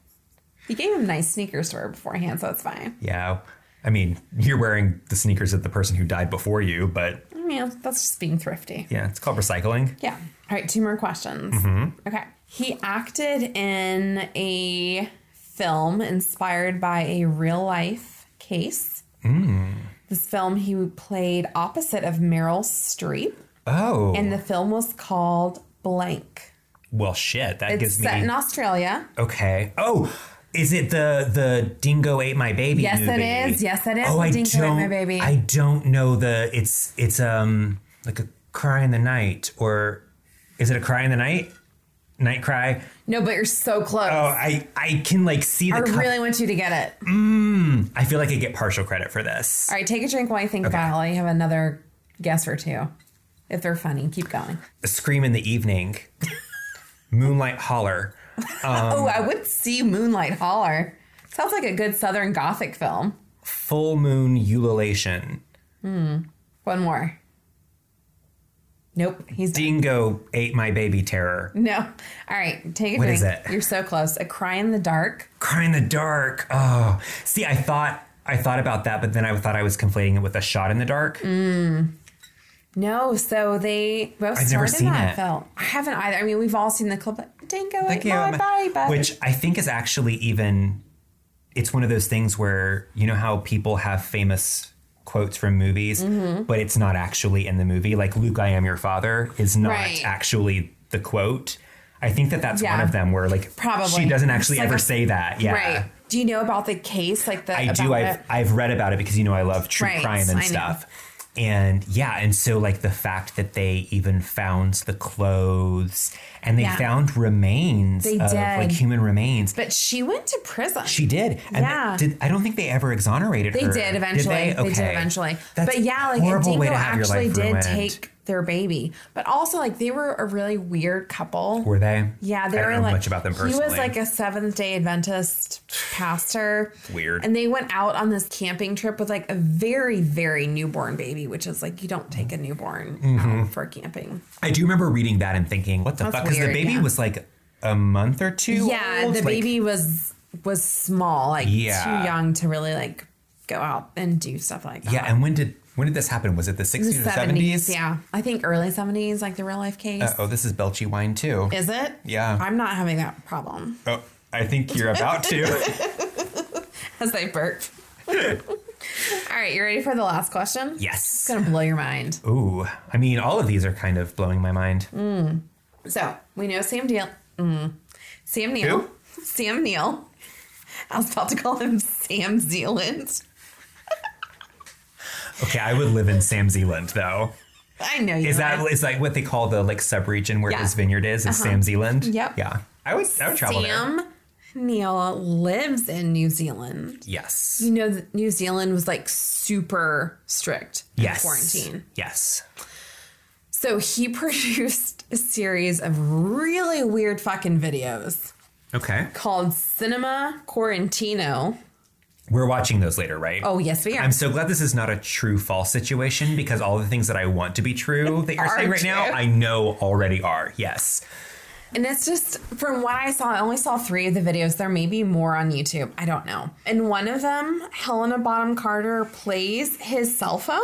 You gave him nice sneakers to wear beforehand, so it's fine.
Yeah. I mean, you're wearing the sneakers of the person who died before you, but
I mean, that's just being thrifty.
yeah, it's called recycling.
Yeah. All right, two more questions.
Mm-hmm.
Okay. He acted in a film inspired by a real life case.
Mm.
This film, he played opposite of Meryl Streep,
Oh.
and the film was called Blank.
well, shit. That
It's
gives me
set in Australia.
Okay. Oh, is it the the Dingo ate my baby?
Yes, it
movie?
is. Yes, it is
Oh,
the
I
Dingo Ate
don't.
My Baby.
I don't know the. It's it's um like a cry in the night or is it a cry in the night? Night cry.
No, but you're so close.
Oh, I I can like see
I
the. co-
really want you to get it.
I feel like I get partial credit for this.
All right, take a drink while I think about it. I have another guess or two. If they're funny, keep going.
A scream in the evening. (laughs) Moonlight holler.
oh, I would see Moonlight Holler. Sounds like a good Southern Gothic film.
Full moon ululation.
One more. Nope, he's done.
Dingo ate my baby terror.
No. All right, take a
What
drink.
is it?
You're so close. A Cry in the Dark.
Cry in the dark. Oh, see, I thought I thought about that, but then I thought I was conflating it with a shot in the dark.
Mm. No, so they both
I've
starred
never
in
seen
that
it.
film. I haven't either. I mean, we've all seen the clip. Like, Dingo ate
Thank you.
my baby.
Which I think is actually even it's one of those things where you know how people have famous quotes from movies,
Mm-hmm.
but it's not actually in the movie. Like Luke, I am your father is not
Right.
actually the quote. I think that that's one
Yeah.
of them where like
Probably.
she doesn't actually
It's like
ever
a-
say that. Yeah.
Right. Do you know about the case? Like the
I
about
do. I've
it?
I've read about it because you know I love true
Right,
crime and
I know.
stuff. And yeah, and so like the fact that they even found the clothes and they
Yeah.
found remains
They
of like
did.
human remains.
But she went to prison.
She did. And
Yeah.
they- did, I don't think they ever exonerated
They
her.
did eventually.
they?
they?
Okay.
did eventually.
That's
but yeah, like
horrible
Dingo
way to have your
actually
life
did
ruined.
take their baby. But also like they were a really weird couple.
Were they?
yeah, they
I don't
were
know
like
much about them personally.
He was like a Seventh Day Adventist pastor.
(sighs) Weird.
And they went out on this camping trip with like a very very newborn baby, which is like you don't take a newborn
Mm-hmm.
out for camping.
I do remember reading that and thinking, what the
That's
fuck? Because the
weird,
baby
yeah.
was like a month or two.
Yeah,
old.
the
Like,
baby was was small, like
Yeah.
too young to really like go out and do stuff like that.
Yeah, and when did when did this happen? Was it
the
the sixties or
70s,
seventies?
yeah i think early 70s like the real life case
Oh, this is Belchy wine too.
is it
Yeah.
i'm not having that problem
Oh, I think you're about
(laughs)
to.
as i
(laughs)
burp all right you ready for the last question it's
yes.
gonna blow your mind
Ooh, I mean, all of these are kind of blowing my mind.
Mm. so we know sam deal mm, sam neil
Who?
sam neil i was about to call him sam zealand
Okay, I would live in Sam Zealand though.
i know you
Is
would.
that is like what they call the like subregion where
Yeah. Uh-huh.
his vineyard is? Is Sam Zealand?
Yep.
Yeah. I would I would travel there.
sam neil lives in new zealand
Yes.
you know that new zealand was like super strict with
Yes.
quarantine
Yes.
So he (laughs) produced a series of really weird fucking videos
Okay.
called Cinema Quarantino.
We're watching those later, right?
Oh, yes, we are.
I'm so glad this is not a true false situation because all the things that I want to
(laughs)
be true that you're
Are
saying right now,
true.
I know already are. Yes.
and it's just from what I saw, I only saw three of the videos. There may be more on YouTube. I don't know. In one of them, Helena Bonham Carter plays his cell phone.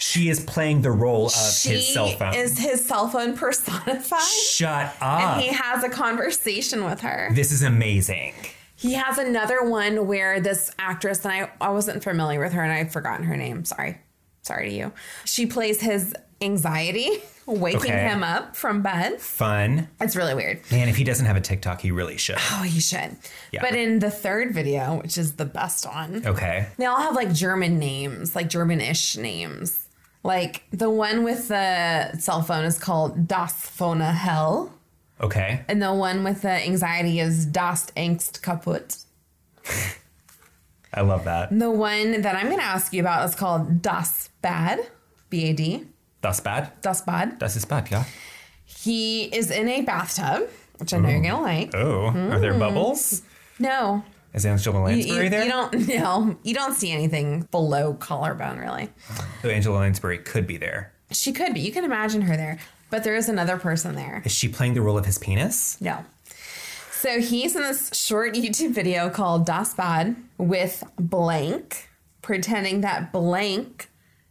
She is playing the role of his cell phone.
is his cell phone (laughs) personified.
Shut up.
and he has a conversation with her.
This is amazing.
He has another one where this actress, and I, I wasn't familiar with her and I'd forgotten her name. Sorry. Sorry to you. She plays his anxiety, (laughs) waking
Okay.
him up from bed.
Fun.
It's really weird.
Man, if he doesn't have a TikTok, he
(sighs)
really should.
Oh, he should.
Yeah.
But in the third video, which is the best one,
Okay.
they all have like German names, like German ish names. Like the one with the cell phone is called Das Phone Hell,
Okay.
and the one with the anxiety is Das Angst Kaputt.
I love that.
The one that I'm going to ask you about is called Das Bad, B A D,
That's bad.
Das Bad.
Das ist bad, yeah.
He is in a bathtub, which I know you're going to like.
Oh, are there bubbles?
No.
Is Angela
Hmm. You, you-
Lansbury there?
you don't (laughs) no, you don't see anything below collarbone really.
oh, Angela Lansbury could be there.
She could be. You can imagine her there. But there is another person there.
Is she playing the role of his penis?
No. So he's in this short (laughs) YouTube video called Das Bad with blank, pretending that blank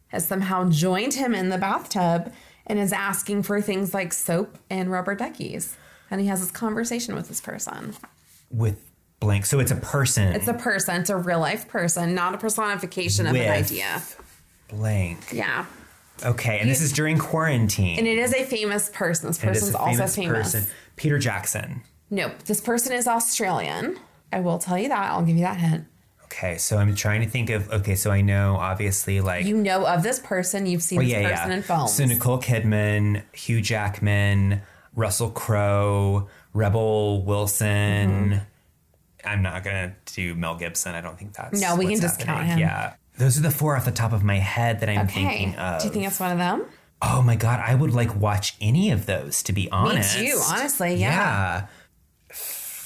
has somehow joined him in the bathtub and is asking for things like soap and rubber duckies. And he has this conversation with this person.
With blank. So it's a person.
It's a person, it's a real life person, not a personification of
With.
an idea.
blank.
Yeah.
Okay, and this is during quarantine.
And it is a famous person. This
And it's
person's
a
also famous.
Peter Jackson.
Nope. This person is Australian. I will tell you that. I'll give you that hint.
Okay, so I'm trying to think of. Okay, so I know obviously like
you know of this person, you've seen
Well,
this person in films.
So Nicole Kidman, Hugh Jackman, Russell Crowe, Rebel Wilson. I'm not gonna do Mel Gibson. I don't think that's
Mm-hmm. No, we can
what's
discount
happening.
him.
Yeah, those are the four off the top of my head that I'm
okay.
thinking of.
Do you think it's one of them?
oh my god, I would like watch any of those to be honest.
too, honestly, yeah.
yeah.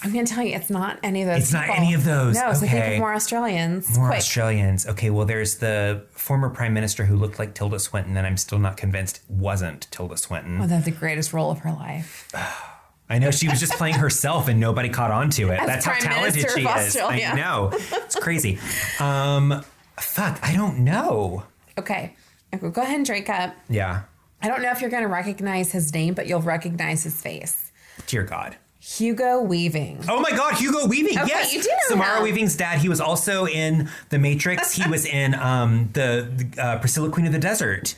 I'm going to tell you, it's not any of those.
It's not
people.
any of those.
No, so think
Okay.
of more Australians.
More
Quick.
Australians. Okay, well, there's the former prime minister who looked like Tilda Swinton, and I'm still not convinced wasn't Tilda Swinton.
Oh, that's the greatest role of her life.
I know she was just playing herself and nobody caught on to it. That's how
Prime
talented
Minister
she
of
is.
Australia.
I know. It's crazy. Um fuck, I don't know.
Okay. Okay, Go ahead and drink up.
Yeah.
I don't know if you're going to recognize his name, but you'll recognize his face.
Dear God.
Hugo Weaving.
Oh my God, Hugo Weaving.
Okay,
yes.
you do know
Samara
him.
Weaving's dad. He was also in The Matrix. He was in um, the uh, Priscilla Queen of the Desert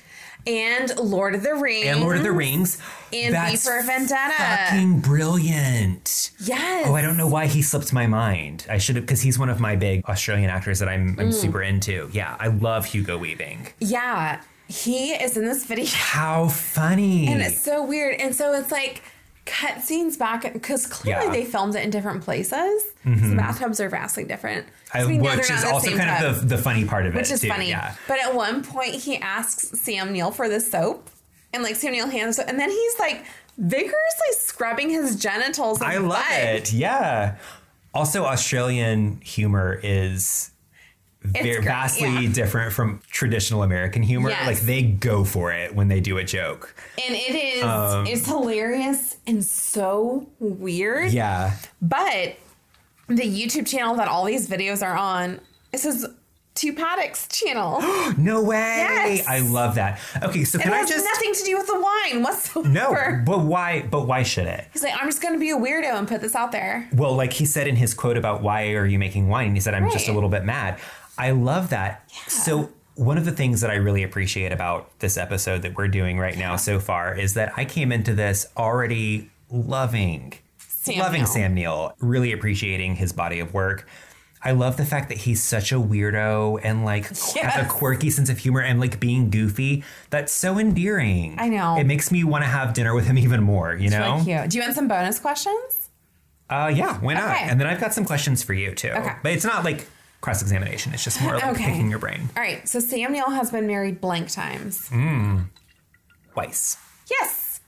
And Lord of the Rings.
and Lord of the Rings.
And V for Vendetta.
Fucking brilliant.
Yes.
Oh, I don't know why he slipped my mind. I should have, because he's one of my big Australian actors that I'm,
Mm.
I'm super into. Yeah, I love Hugo Weaving.
Yeah. He is in this video.
How funny.
And it's so weird. And so it's like cut scenes back because clearly
Yeah. Mm-hmm.
they filmed it in different places. So the bathtubs are vastly different.
I-
So we know
which
they're not
is
in the
also
same
kind
tub,
of the, the funny part of it.
which is
too,
funny.
Yeah.
But at one point he asks Sam Neill for the soap, and like Sam Neill hands it, and then he's like vigorously scrubbing his genitals. with
I love
butt.
it. Yeah. Also, Australian humor is very
great,
vastly
yeah.
different from traditional American humor.
Yes.
Like they go for it when they do a joke.
and it is
Um,
it's hilarious and so weird.
Yeah.
But the YouTube channel that all these videos are on, it says Two Paddocks
(gasps)
channel. (gasps)
No way.
Yes.
I love that. Okay, so
It
can I
has
just
nothing to do with the wine whatsoever.
No, but why but why should it?
He's like, I'm just going to be a weirdo and put this out there.
Well, like he said in his quote about why are you making wine, he said, I'm just a
Right.
little bit mad. I love that. So, one of the things that I really appreciate about this episode that we're doing right now so far is that I came into this already loving,
Sam
loving
Neill.
Sam Neill, really appreciating his body of work. I love the fact that he's such a weirdo and like has
Yes.
a quirky sense of humor and like being goofy. That's so endearing.
I know.
It makes me want to have dinner with him even more, you know?
Really cute. Do you want some bonus questions?
Uh, yeah, why not?
Okay.
And then I've got some questions for you too.
Okay.
But it's not like cross examination, it's just more like
Okay.
picking your brain.
All right. So Sam Neill has been married blank times.
Twice.
Yes.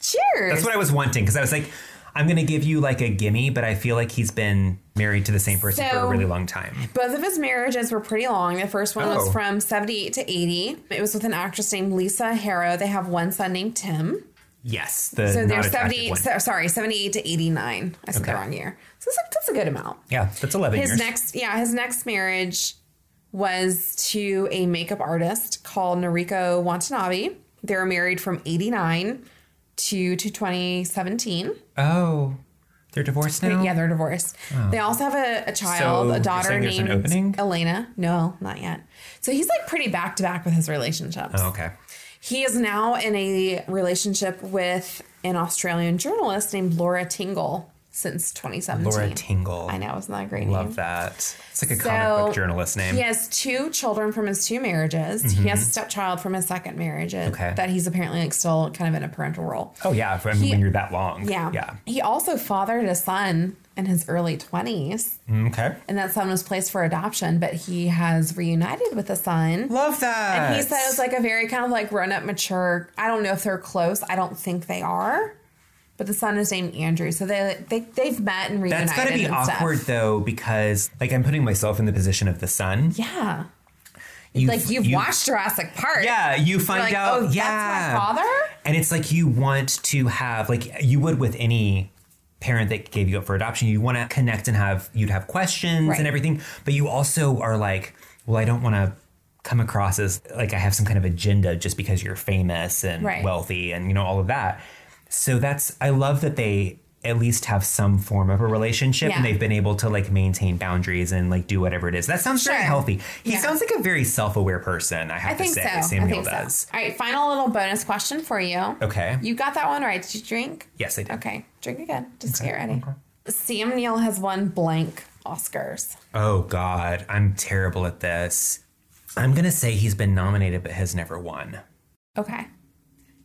Cheers.
That's what I was wanting because I was like, I'm going to give you like a gimme, but I feel like he's been married to the same person for
So-
a really long time.
Both of his marriages were pretty long. The first one was
Oh.
from 78 to 80. It was with an actress named Lisa Harrow. They have one son named Tim.
Yes. The
So
so
they're
not
70,
seventy.
so, sorry, 78 to 89. I said the
Okay.
wrong year. So it's like, that's a good amount.
yeah, that's 11
his
years.
next yeah his next marriage was to a makeup artist called Noriko Watanabe. They were married from 89 to, to 2017.
oh, they're divorced now?
Yeah, they're divorced. They also have a, a child,
oh. So,
a
you're
daughter
saying there's an
named
opening?
Elena. No, not yet. So he's like pretty back to back with his relationships.
Oh, okay.
He is now in a relationship with an Australian journalist named Laura Tingle since 2017.
Laura Tingle.
I know, isn't that a great? name?
Love that. It's like a comic book journalist name. Mm-hmm.
He has two children from his two marriages. He has a stepchild from his second marriage uh,
Okay.
that he's apparently like still kind of in a parental role.
Oh, yeah. if- I mean, when you're that long.
Yeah.
Yeah.
He also fathered a son in his early 20s,
Mm, Okay.
and that son was placed for adoption, but he has reunited with the son.
Love that.
And he said it was like a very kind of like grown up, mature. I don't know if they're close. I don't think they are. But the son is named Andrew. So they, they, they've met and reunited.
That's got to be
and stuff.
awkward though, because like I'm putting myself in the position of the son.
Yeah.
You've,
Like you've
you-
watched Jurassic Park.
Yeah, you
You're
find
like,
out.
oh,
yeah,
that's my father?
And it's like you want to have like you would with any parent that gave you up for adoption. You want to connect and have you'd have questions
Right.
and everything, but you also are like, well, I don't want to come across as like I have some kind of agenda just because you're famous and
Right.
wealthy and you know all of that. So that's I love that they at least have some form of a relationship and
Yeah.
they've been able to like maintain boundaries and like do whatever it is. That sounds very
Sure.
healthy. He
Yeah.
sounds like a very self-aware person, I have
I think so.
to say. Samuel
I think
does.
so. All right, final little bonus question for you.
Okay.
You got that one right. Did you drink?
Yes, I did.
Okay, drink again. Just get ready. Sam Neill has won blank Oscars.
Oh God, I'm terrible at this. I'm gonna say he's been nominated but has never won.
Okay.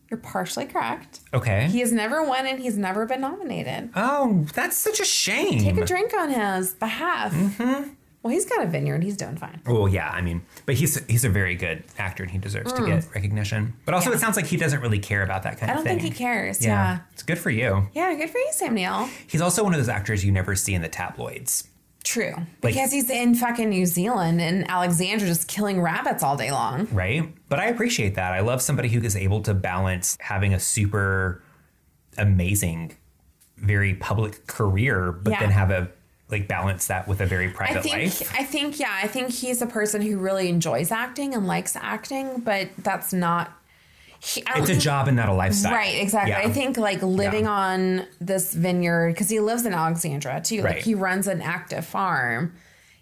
You're partially correct.
Okay.
He has never won and he's never been nominated.
oh, that's such a shame.
Take a drink on his behalf. Mm-hmm. Well, he's got a vineyard. He's doing fine.
well, yeah, I mean, but he's he's a very good actor and he deserves to get recognition. But also, it sounds like he doesn't really care about that kind
Mm. I
of
don't
thing.
think he cares.
Yeah. it's good for you.
Yeah, good for you, Sam Neill.
He's also one of those actors you never see in the tabloids.
True. Because he's in fucking New Zealand and Alexandra just killing rabbits all day long.
right? But I appreciate that. I love somebody who is able to balance having a super amazing, very public career, but
Yeah.
then have a like balance that with a very private
I think
life.
I think yeah, I think he's a person who really enjoys acting and likes acting, but that's not he, I
It's a
don't-
job and not a lifestyle.
Right, exactly.
Yeah.
I think like living
Yeah.
on this vineyard because he lives in Alexandra too. Like
Right.
he runs an active farm.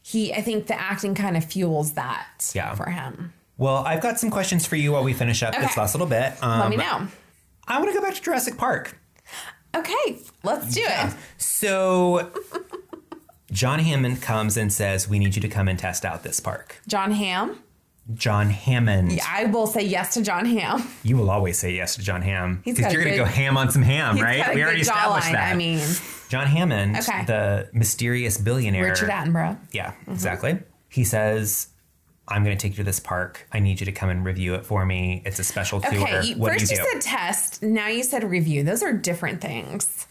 He, I think the acting kind of fuels that
Yeah.
for him.
Well, I've got some questions for you while we finish up this
Okay.
last little bit. Um,
Let me know.
I want to go back to Jurassic Park.
Okay, let's do it. (laughs)
So John Hammond comes and says, "We need you to come and test out this park."
John Ham.
John Hammond.
I will say yes to John Ham.
You will always say yes to John Ham
got
because
a
you're going
good-
to go ham on some ham,
He's
(laughs) right?
got a
we
good
already established
jawline,
that.
I mean,
John Hammond,
Okay.
the mysterious billionaire.
Richard Mm-hmm. Attenborough.
Yeah, exactly. He says, I'm going to take you to this park. I need you to come and review it for me. It's a special tour.
Okay, you,
what
first
do
you,
you do?
said test, now you said review. Those are different things.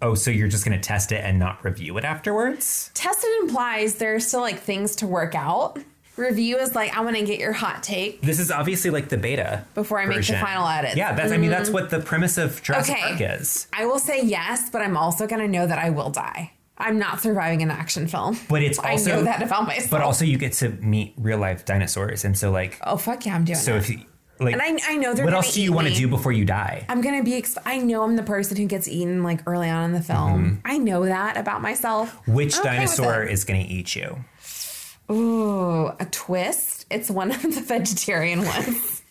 oh, so you're just going to test it and not review it afterwards?
Tested implies there's still like things to work out. Review is like I want to get your hot take
This is obviously like the beta.
before I make the
version.
final edit.
Yeah, that's, I mean, that's what the premise of Jurassic
Okay.
Park is.
I will say yes, but I'm also going to know that I will die. I'm not surviving an action film.
But it's
I
also-
know that about myself.
But also, you get to meet real life dinosaurs. And so, like,
oh fuck yeah, I'm doing
so
it.
if you, like,
And I- I know they're
what
gonna
else do
eat
you want to
me.
do before you die?
I'm gonna be. Ex- I know I'm the person who gets eaten like early on in the film. I know that about myself.
Mm-hmm. Which
I'm okay with
dinosaur
it.
is going to eat you?
Ooh, a twist. It's one of the vegetarian
(laughs)
ones.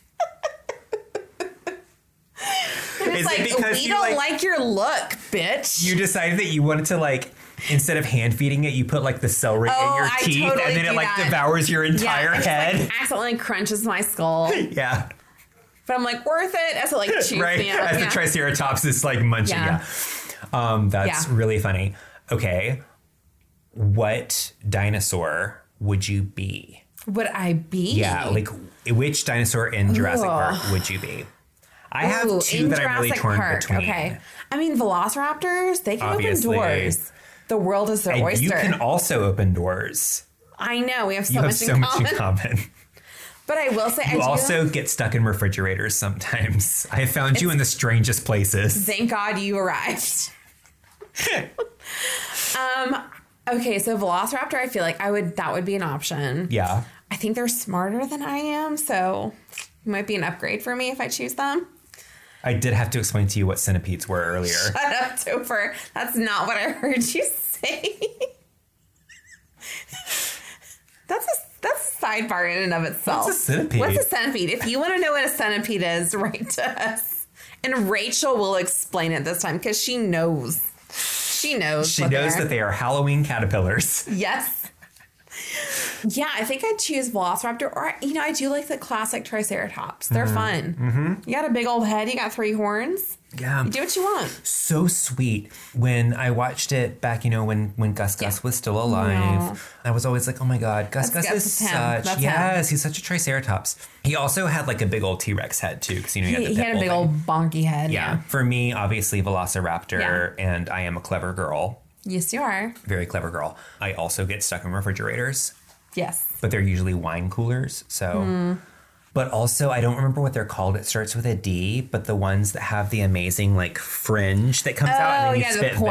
It's like we don't like, your look, bitch.
you decided that you wanted to like instead of hand feeding it, you put like the celery
Oh,
in your
I
teeth,
totally
and then
do
it like
that.
devours your
Yeah,
entire
it just, like,
head. (laughs)
accidentally crunches my skull,
yeah,
but I'm like worth it. As it like chews
right.
me up.
As
yeah.
the Triceratops is like munching.
Yeah.
Yeah, Um, that's
Yeah.
really funny. Okay, what dinosaur would you be?
Would I be?
Yeah, like which dinosaur in Jurassic
Ooh.
Park would you be? I
Ooh,
have two
in
that I'm really
Jurassic
torn
Park,
between.
Okay. I mean, velociraptors, they can
Obviously.
open doors. The world is their
And
oyster.
you can also open doors.
I know, we have so,
You have
much,
so
in
much
common. (laughs)
in common.
But I will say, I
You
do.
also get stuck in refrigerators sometimes. (laughs) I have found you in the strangest places.
thank God you arrived. Um, Okay, so velociraptor, I feel like I would, that would be an option.
yeah.
I think they're smarter than I am, so it might be an upgrade for me if I choose them.
I did have to explain to you what centipedes were earlier.
Shut up, Topher. That's not what I heard you say. that's a that's a sidebar in and of itself.
What's a centipede?
What's a centipede? If you want to know what a centipede is, write to us. And Rachel will explain it this time because she knows. She knows.
She
what
knows
they are.
that they are Halloween caterpillars.
Yes. Yeah, I think I'd choose Velociraptor, or you
Mm-hmm.
know, I do like the classic Triceratops. They're fun. You got a big old head. You got three horns.
Yeah.
Do what you want.
so sweet when I watched it back, you know, when when Gus Gus was still alive. I was always like, oh my god, Gus
That's-
Gus
that's
is
him.
such
That's him.
yes, he's such a triceratops. He also had like a big old T Rex head too, because you know he,
He,
had,
he
the
had a
pit
big
bull
old
thing.
bonky head.
yeah. For me, obviously Velociraptor, and I am a clever girl,
Yes, you are.
very clever girl. I also get stuck in refrigerators,
Yes.
but they're usually wine coolers, so.
Hmm.
But also, I don't remember what they're called. It starts with a D, but the ones that have the amazing like fringe that comes out. and
Oh
then you
yeah,
spit
the
venom.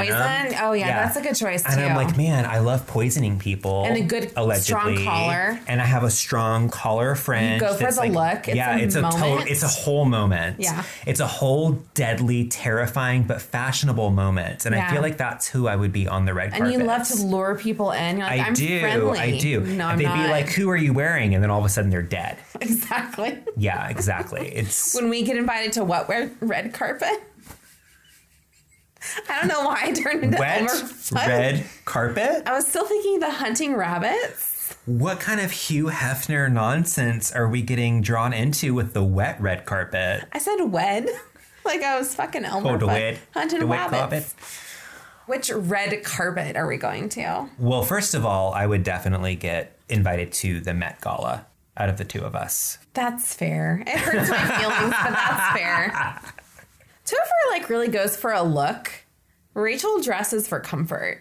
poison. Oh yeah, that's a good choice too.
And I'm like, man, I love poisoning people.
And a good, strong collar.
And I have a strong collar friend.
You go for
that's
the
like-
look. It's
yeah,
a
it's a to-
moment.
it's a whole moment.
Yeah.
It's a whole deadly, terrifying, but fashionable moment. And I
Yeah.
feel like that's who I would be on the red
and
carpet.
you love to lure people in. You're like,
I
I'm
do.
friendly.
I do.
No,
and
I'm
they'd
not.
be like, who are you wearing? And then all of a sudden they're dead.
(laughs) exactly.
Yeah, exactly.
(laughs)
It's
When we get invited to what wear red carpet. I don't know why I turned into
wet,
Elmer Fudd.
red carpet.
I was still thinking the hunting rabbits.
What kind of Hugh Hefner nonsense are we getting drawn into with the wet red carpet?
I said wed. (laughs) Like I was fucking Elmer
Oh, the
Fudd.
wet,
hunting
the wet
rabbits.
carpet.
Which red carpet are we going to?
Well, first of all, I would definitely get invited to the Met Gala out of the two of us.
That's fair. It hurts my feelings, but that's
(laughs)
fair. Topher like really goes for a look. Rachel dresses for comfort.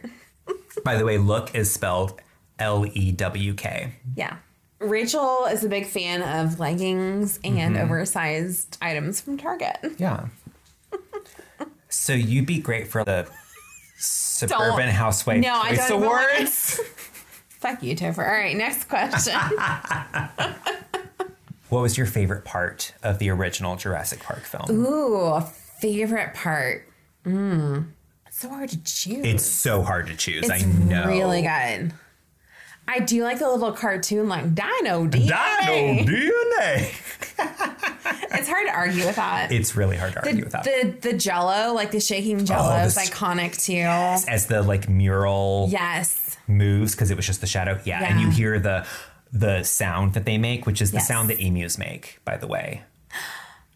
By the way, look is spelled L E W K.
Yeah. Rachel is a big fan of leggings and
Mm-hmm.
oversized items from Target. (laughs)
Yeah. so you'd be great for the Suburban Housewife
No, I
Choice
don't really-
Awards.
(laughs) Fuck you, Topher. All right, next
(laughs)
question.
What was your favorite part of the original Jurassic Park film?
Ooh, favorite part. Mm. It's so hard to choose.
It's so hard to choose. I
It's
know.
really good. I do like the little cartoon, like Dino D.
Dino DNA.
It's hard to argue with that.
It's really hard to argue with that.
the the Jello, like the shaking Jello,
Oh,
is
this-
iconic too.
As the like mural
Yes,
moves because it was just the shadow. Yeah, and
Yeah.
you hear the the sound that they make, which is the
Yes.
sound that emus make. By the way,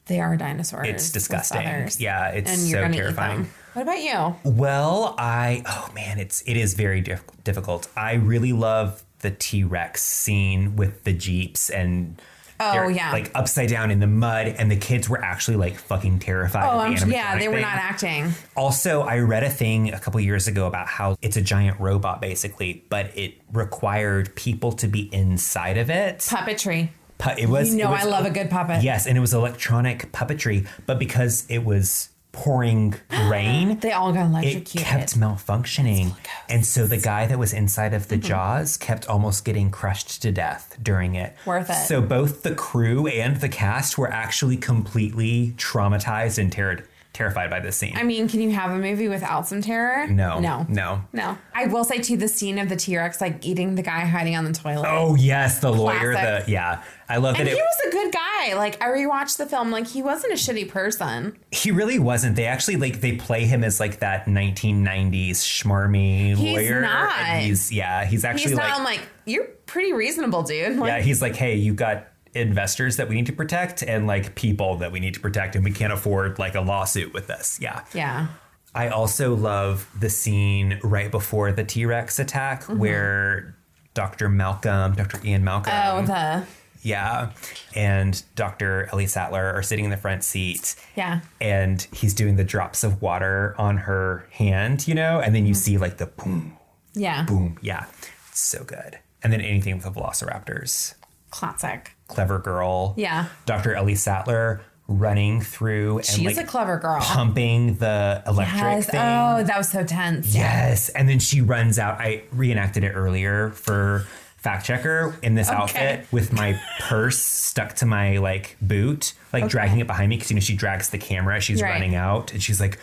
they are dinosaurs.
it's
with
disgusting.
feathers.
Yeah, it's
and you're
so
gonna Eat
terrifying.
them. What about you?
Well, I oh man, it's it is very diff- difficult. I really love the T Rex scene with the jeeps and.
Oh,
they're,
yeah.
like upside down in the mud, and the kids were actually like fucking terrified.
Oh,
of the
I'm, yeah,
animatronic
they were
thing.
not acting.
Also, I read a thing a couple years ago about how it's a giant robot basically, but it required people to be inside of it.
Puppetry.
Pu- it was
You know,
it was-
I love a good puppet.
Yes, and it was electronic puppetry, but because it was
(gasps)
pouring rain,
They all got
it
electrocuted.
kept malfunctioning. And so the guy that was inside of the
Mm-hmm.
jaws kept almost getting crushed to death during it.
Worth it.
So both the crew and the cast were actually completely traumatized and terri terrified by this scene.
I mean, can you have a movie without some terror?
no.
no,
No.
no. I will say too, the scene of the T Rex like eating the guy hiding on the toilet.
Oh yes, the lawyer.
Classic.
The yeah, I love that.
And
it,
he was a good guy. Like I rewatched the film. Like he wasn't a shitty person.
he really wasn't. They actually like they play him as like that 1990s schmarmy lawyer.
not.
and He's yeah. He's actually
He's not.
like
I'm like you're pretty reasonable, dude. Like,
yeah. He's like hey, you got investors that we need to protect and like people that we need to protect, and we can't afford like a lawsuit with this. Yeah.
yeah.
I also love the scene right before the T Rex attack
Mm-hmm.
where Dr. Malcolm, Dr. Ian Malcolm.
Oh, the
Yeah. And Dr. Ellie Sattler are sitting in the front seat.
Yeah.
And he's doing the drops of water on her hand, you know? And then
Mm-hmm.
you see like the boom,
yeah
boom. Yeah. It's so good. And then anything with the velociraptors.
classic.
Clever girl.
Yeah.
Dr. Ellie Sattler running through and
She's a
like
clever girl.
pumping the electric
Yes.
thing.
Oh, that was so tense.
Yes. And then she runs out. I reenacted it earlier for fact checker in this outfit with my purse stuck to my like boot, like dragging it behind me because you know she drags the camera. She's
Right.
running out and she's like,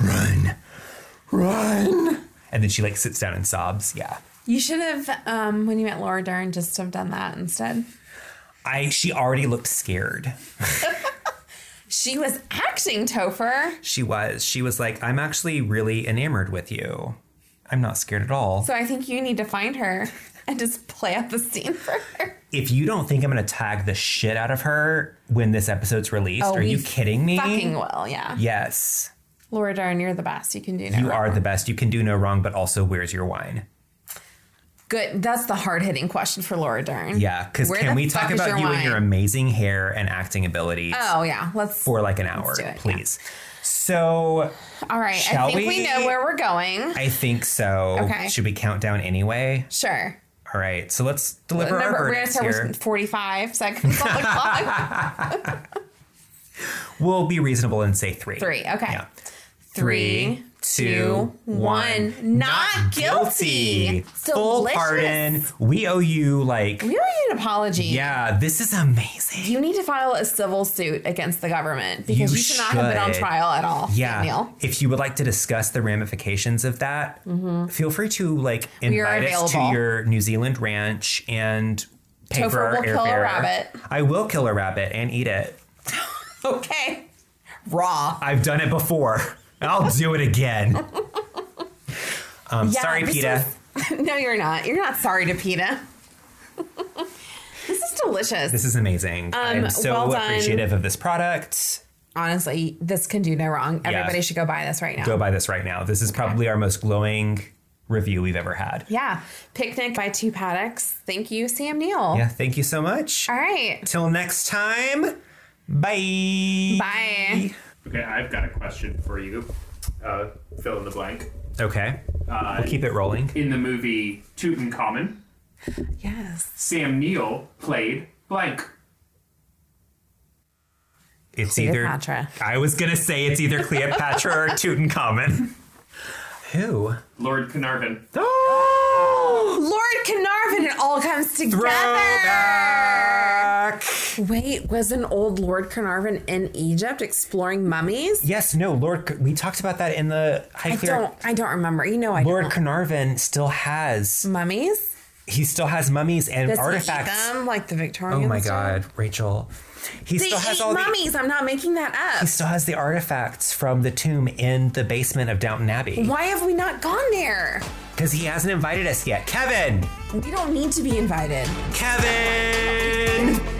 run, run. And then she like sits down and sobs. Yeah.
You should have, um, when you met Laura Dern, just have done that instead.
I she already looked scared.
She was acting Topher.
She was. She was like, I'm actually really enamored with you. I'm not scared at all.
So I think you need to find her and just play out the scene for her.
if you don't think I'm going to tag the shit out of her when this episode's released,
Oh,
are
we
you kidding me?
Fucking will, yeah.
yes.
Laura Dern, you're the best. You can do no
You
wrong.
are the best. You can do no wrong, but also, where's your wine?
Good. That's the hard hitting question for Laura Dern.
Yeah, because
Where
can
the
we
fuck
talk
is
about
your
you
wine?
and your amazing hair and acting abilities
Oh yeah. Let's.
for like an hour,
do it, yeah.
please? So
all right. I
Shall
think we?
we?
know where we're going.
I think so.
Okay.
Should we count down anyway?
Sure.
All right. So let's deliver
Remember,
our
we're gonna
verdicts
start
here.
with 45 seconds
(laughs)
on the clock.
We'll be reasonable and say three.
Three. Okay.
Yeah.
Three, two, one. Not guilty.
Full
Delicious.
pardon. We owe you like
We owe you an apology.
Yeah, this is amazing.
You need to file a civil suit against the government because you,
You
should not have been on
should.
trial at all.
Yeah.
Neil.
If you would like to discuss the ramifications of that, feel free to like
Mm-hmm. are
invite us to
available.
your New Zealand ranch and pay
Topher
for our
will kill a
airfare.
rabbit.
I will kill a rabbit and eat it.
Okay. Raw.
I've done it before. (laughs) I'll do it
(laughs)
again. Um,
Yeah,
sorry,
this
PETA.
was- (laughs) no, you're not. You're not sorry to PETA. (laughs) this is delicious.
This is amazing. I'm so
Um, well done.
appreciative of this product.
Honestly, this can do no wrong. Everybody should go buy this right now.
Go buy this right now. This is probably our most glowing review we've ever had.
Yeah. Picnic by Two Paddocks. Thank you, Sam Neil.
Yeah, thank you so much.
All right.
Till next time, bye.
Bye.
Okay, I've got a question for you. Uh, fill in the blank.
Okay,
Uh,
we'll keep it rolling.
in the movie Tutankhamun,
Yes.
Sam Neill played blank.
It's
Cleopatra.
either I was gonna say it's either
(laughs)
Cleopatra or Tutankhamun. Who?
Lord Carnarvon.
Oh,
Lord Carnarvon, it all comes together.
throwback.
Wait, was an old Lord Carnarvon in Egypt exploring mummies?
Yes, no, Lord. C- We talked about that in the High
I
Clear.
don't. I don't remember. You know, I
Lord
don't.
Carnarvon still has
mummies.
he still has mummies and
Does he eat
artifacts.
them like the Victorians?
Oh my
do?
god, Rachel. He
They
still has
ate
all the
mummies. I'm not making that
he
up.
still has the artifacts from the tomb in the basement of Downton Abbey.
Why have we not gone there?
Because he hasn't invited us yet. Kevin!
We don't need to be invited.
Kevin!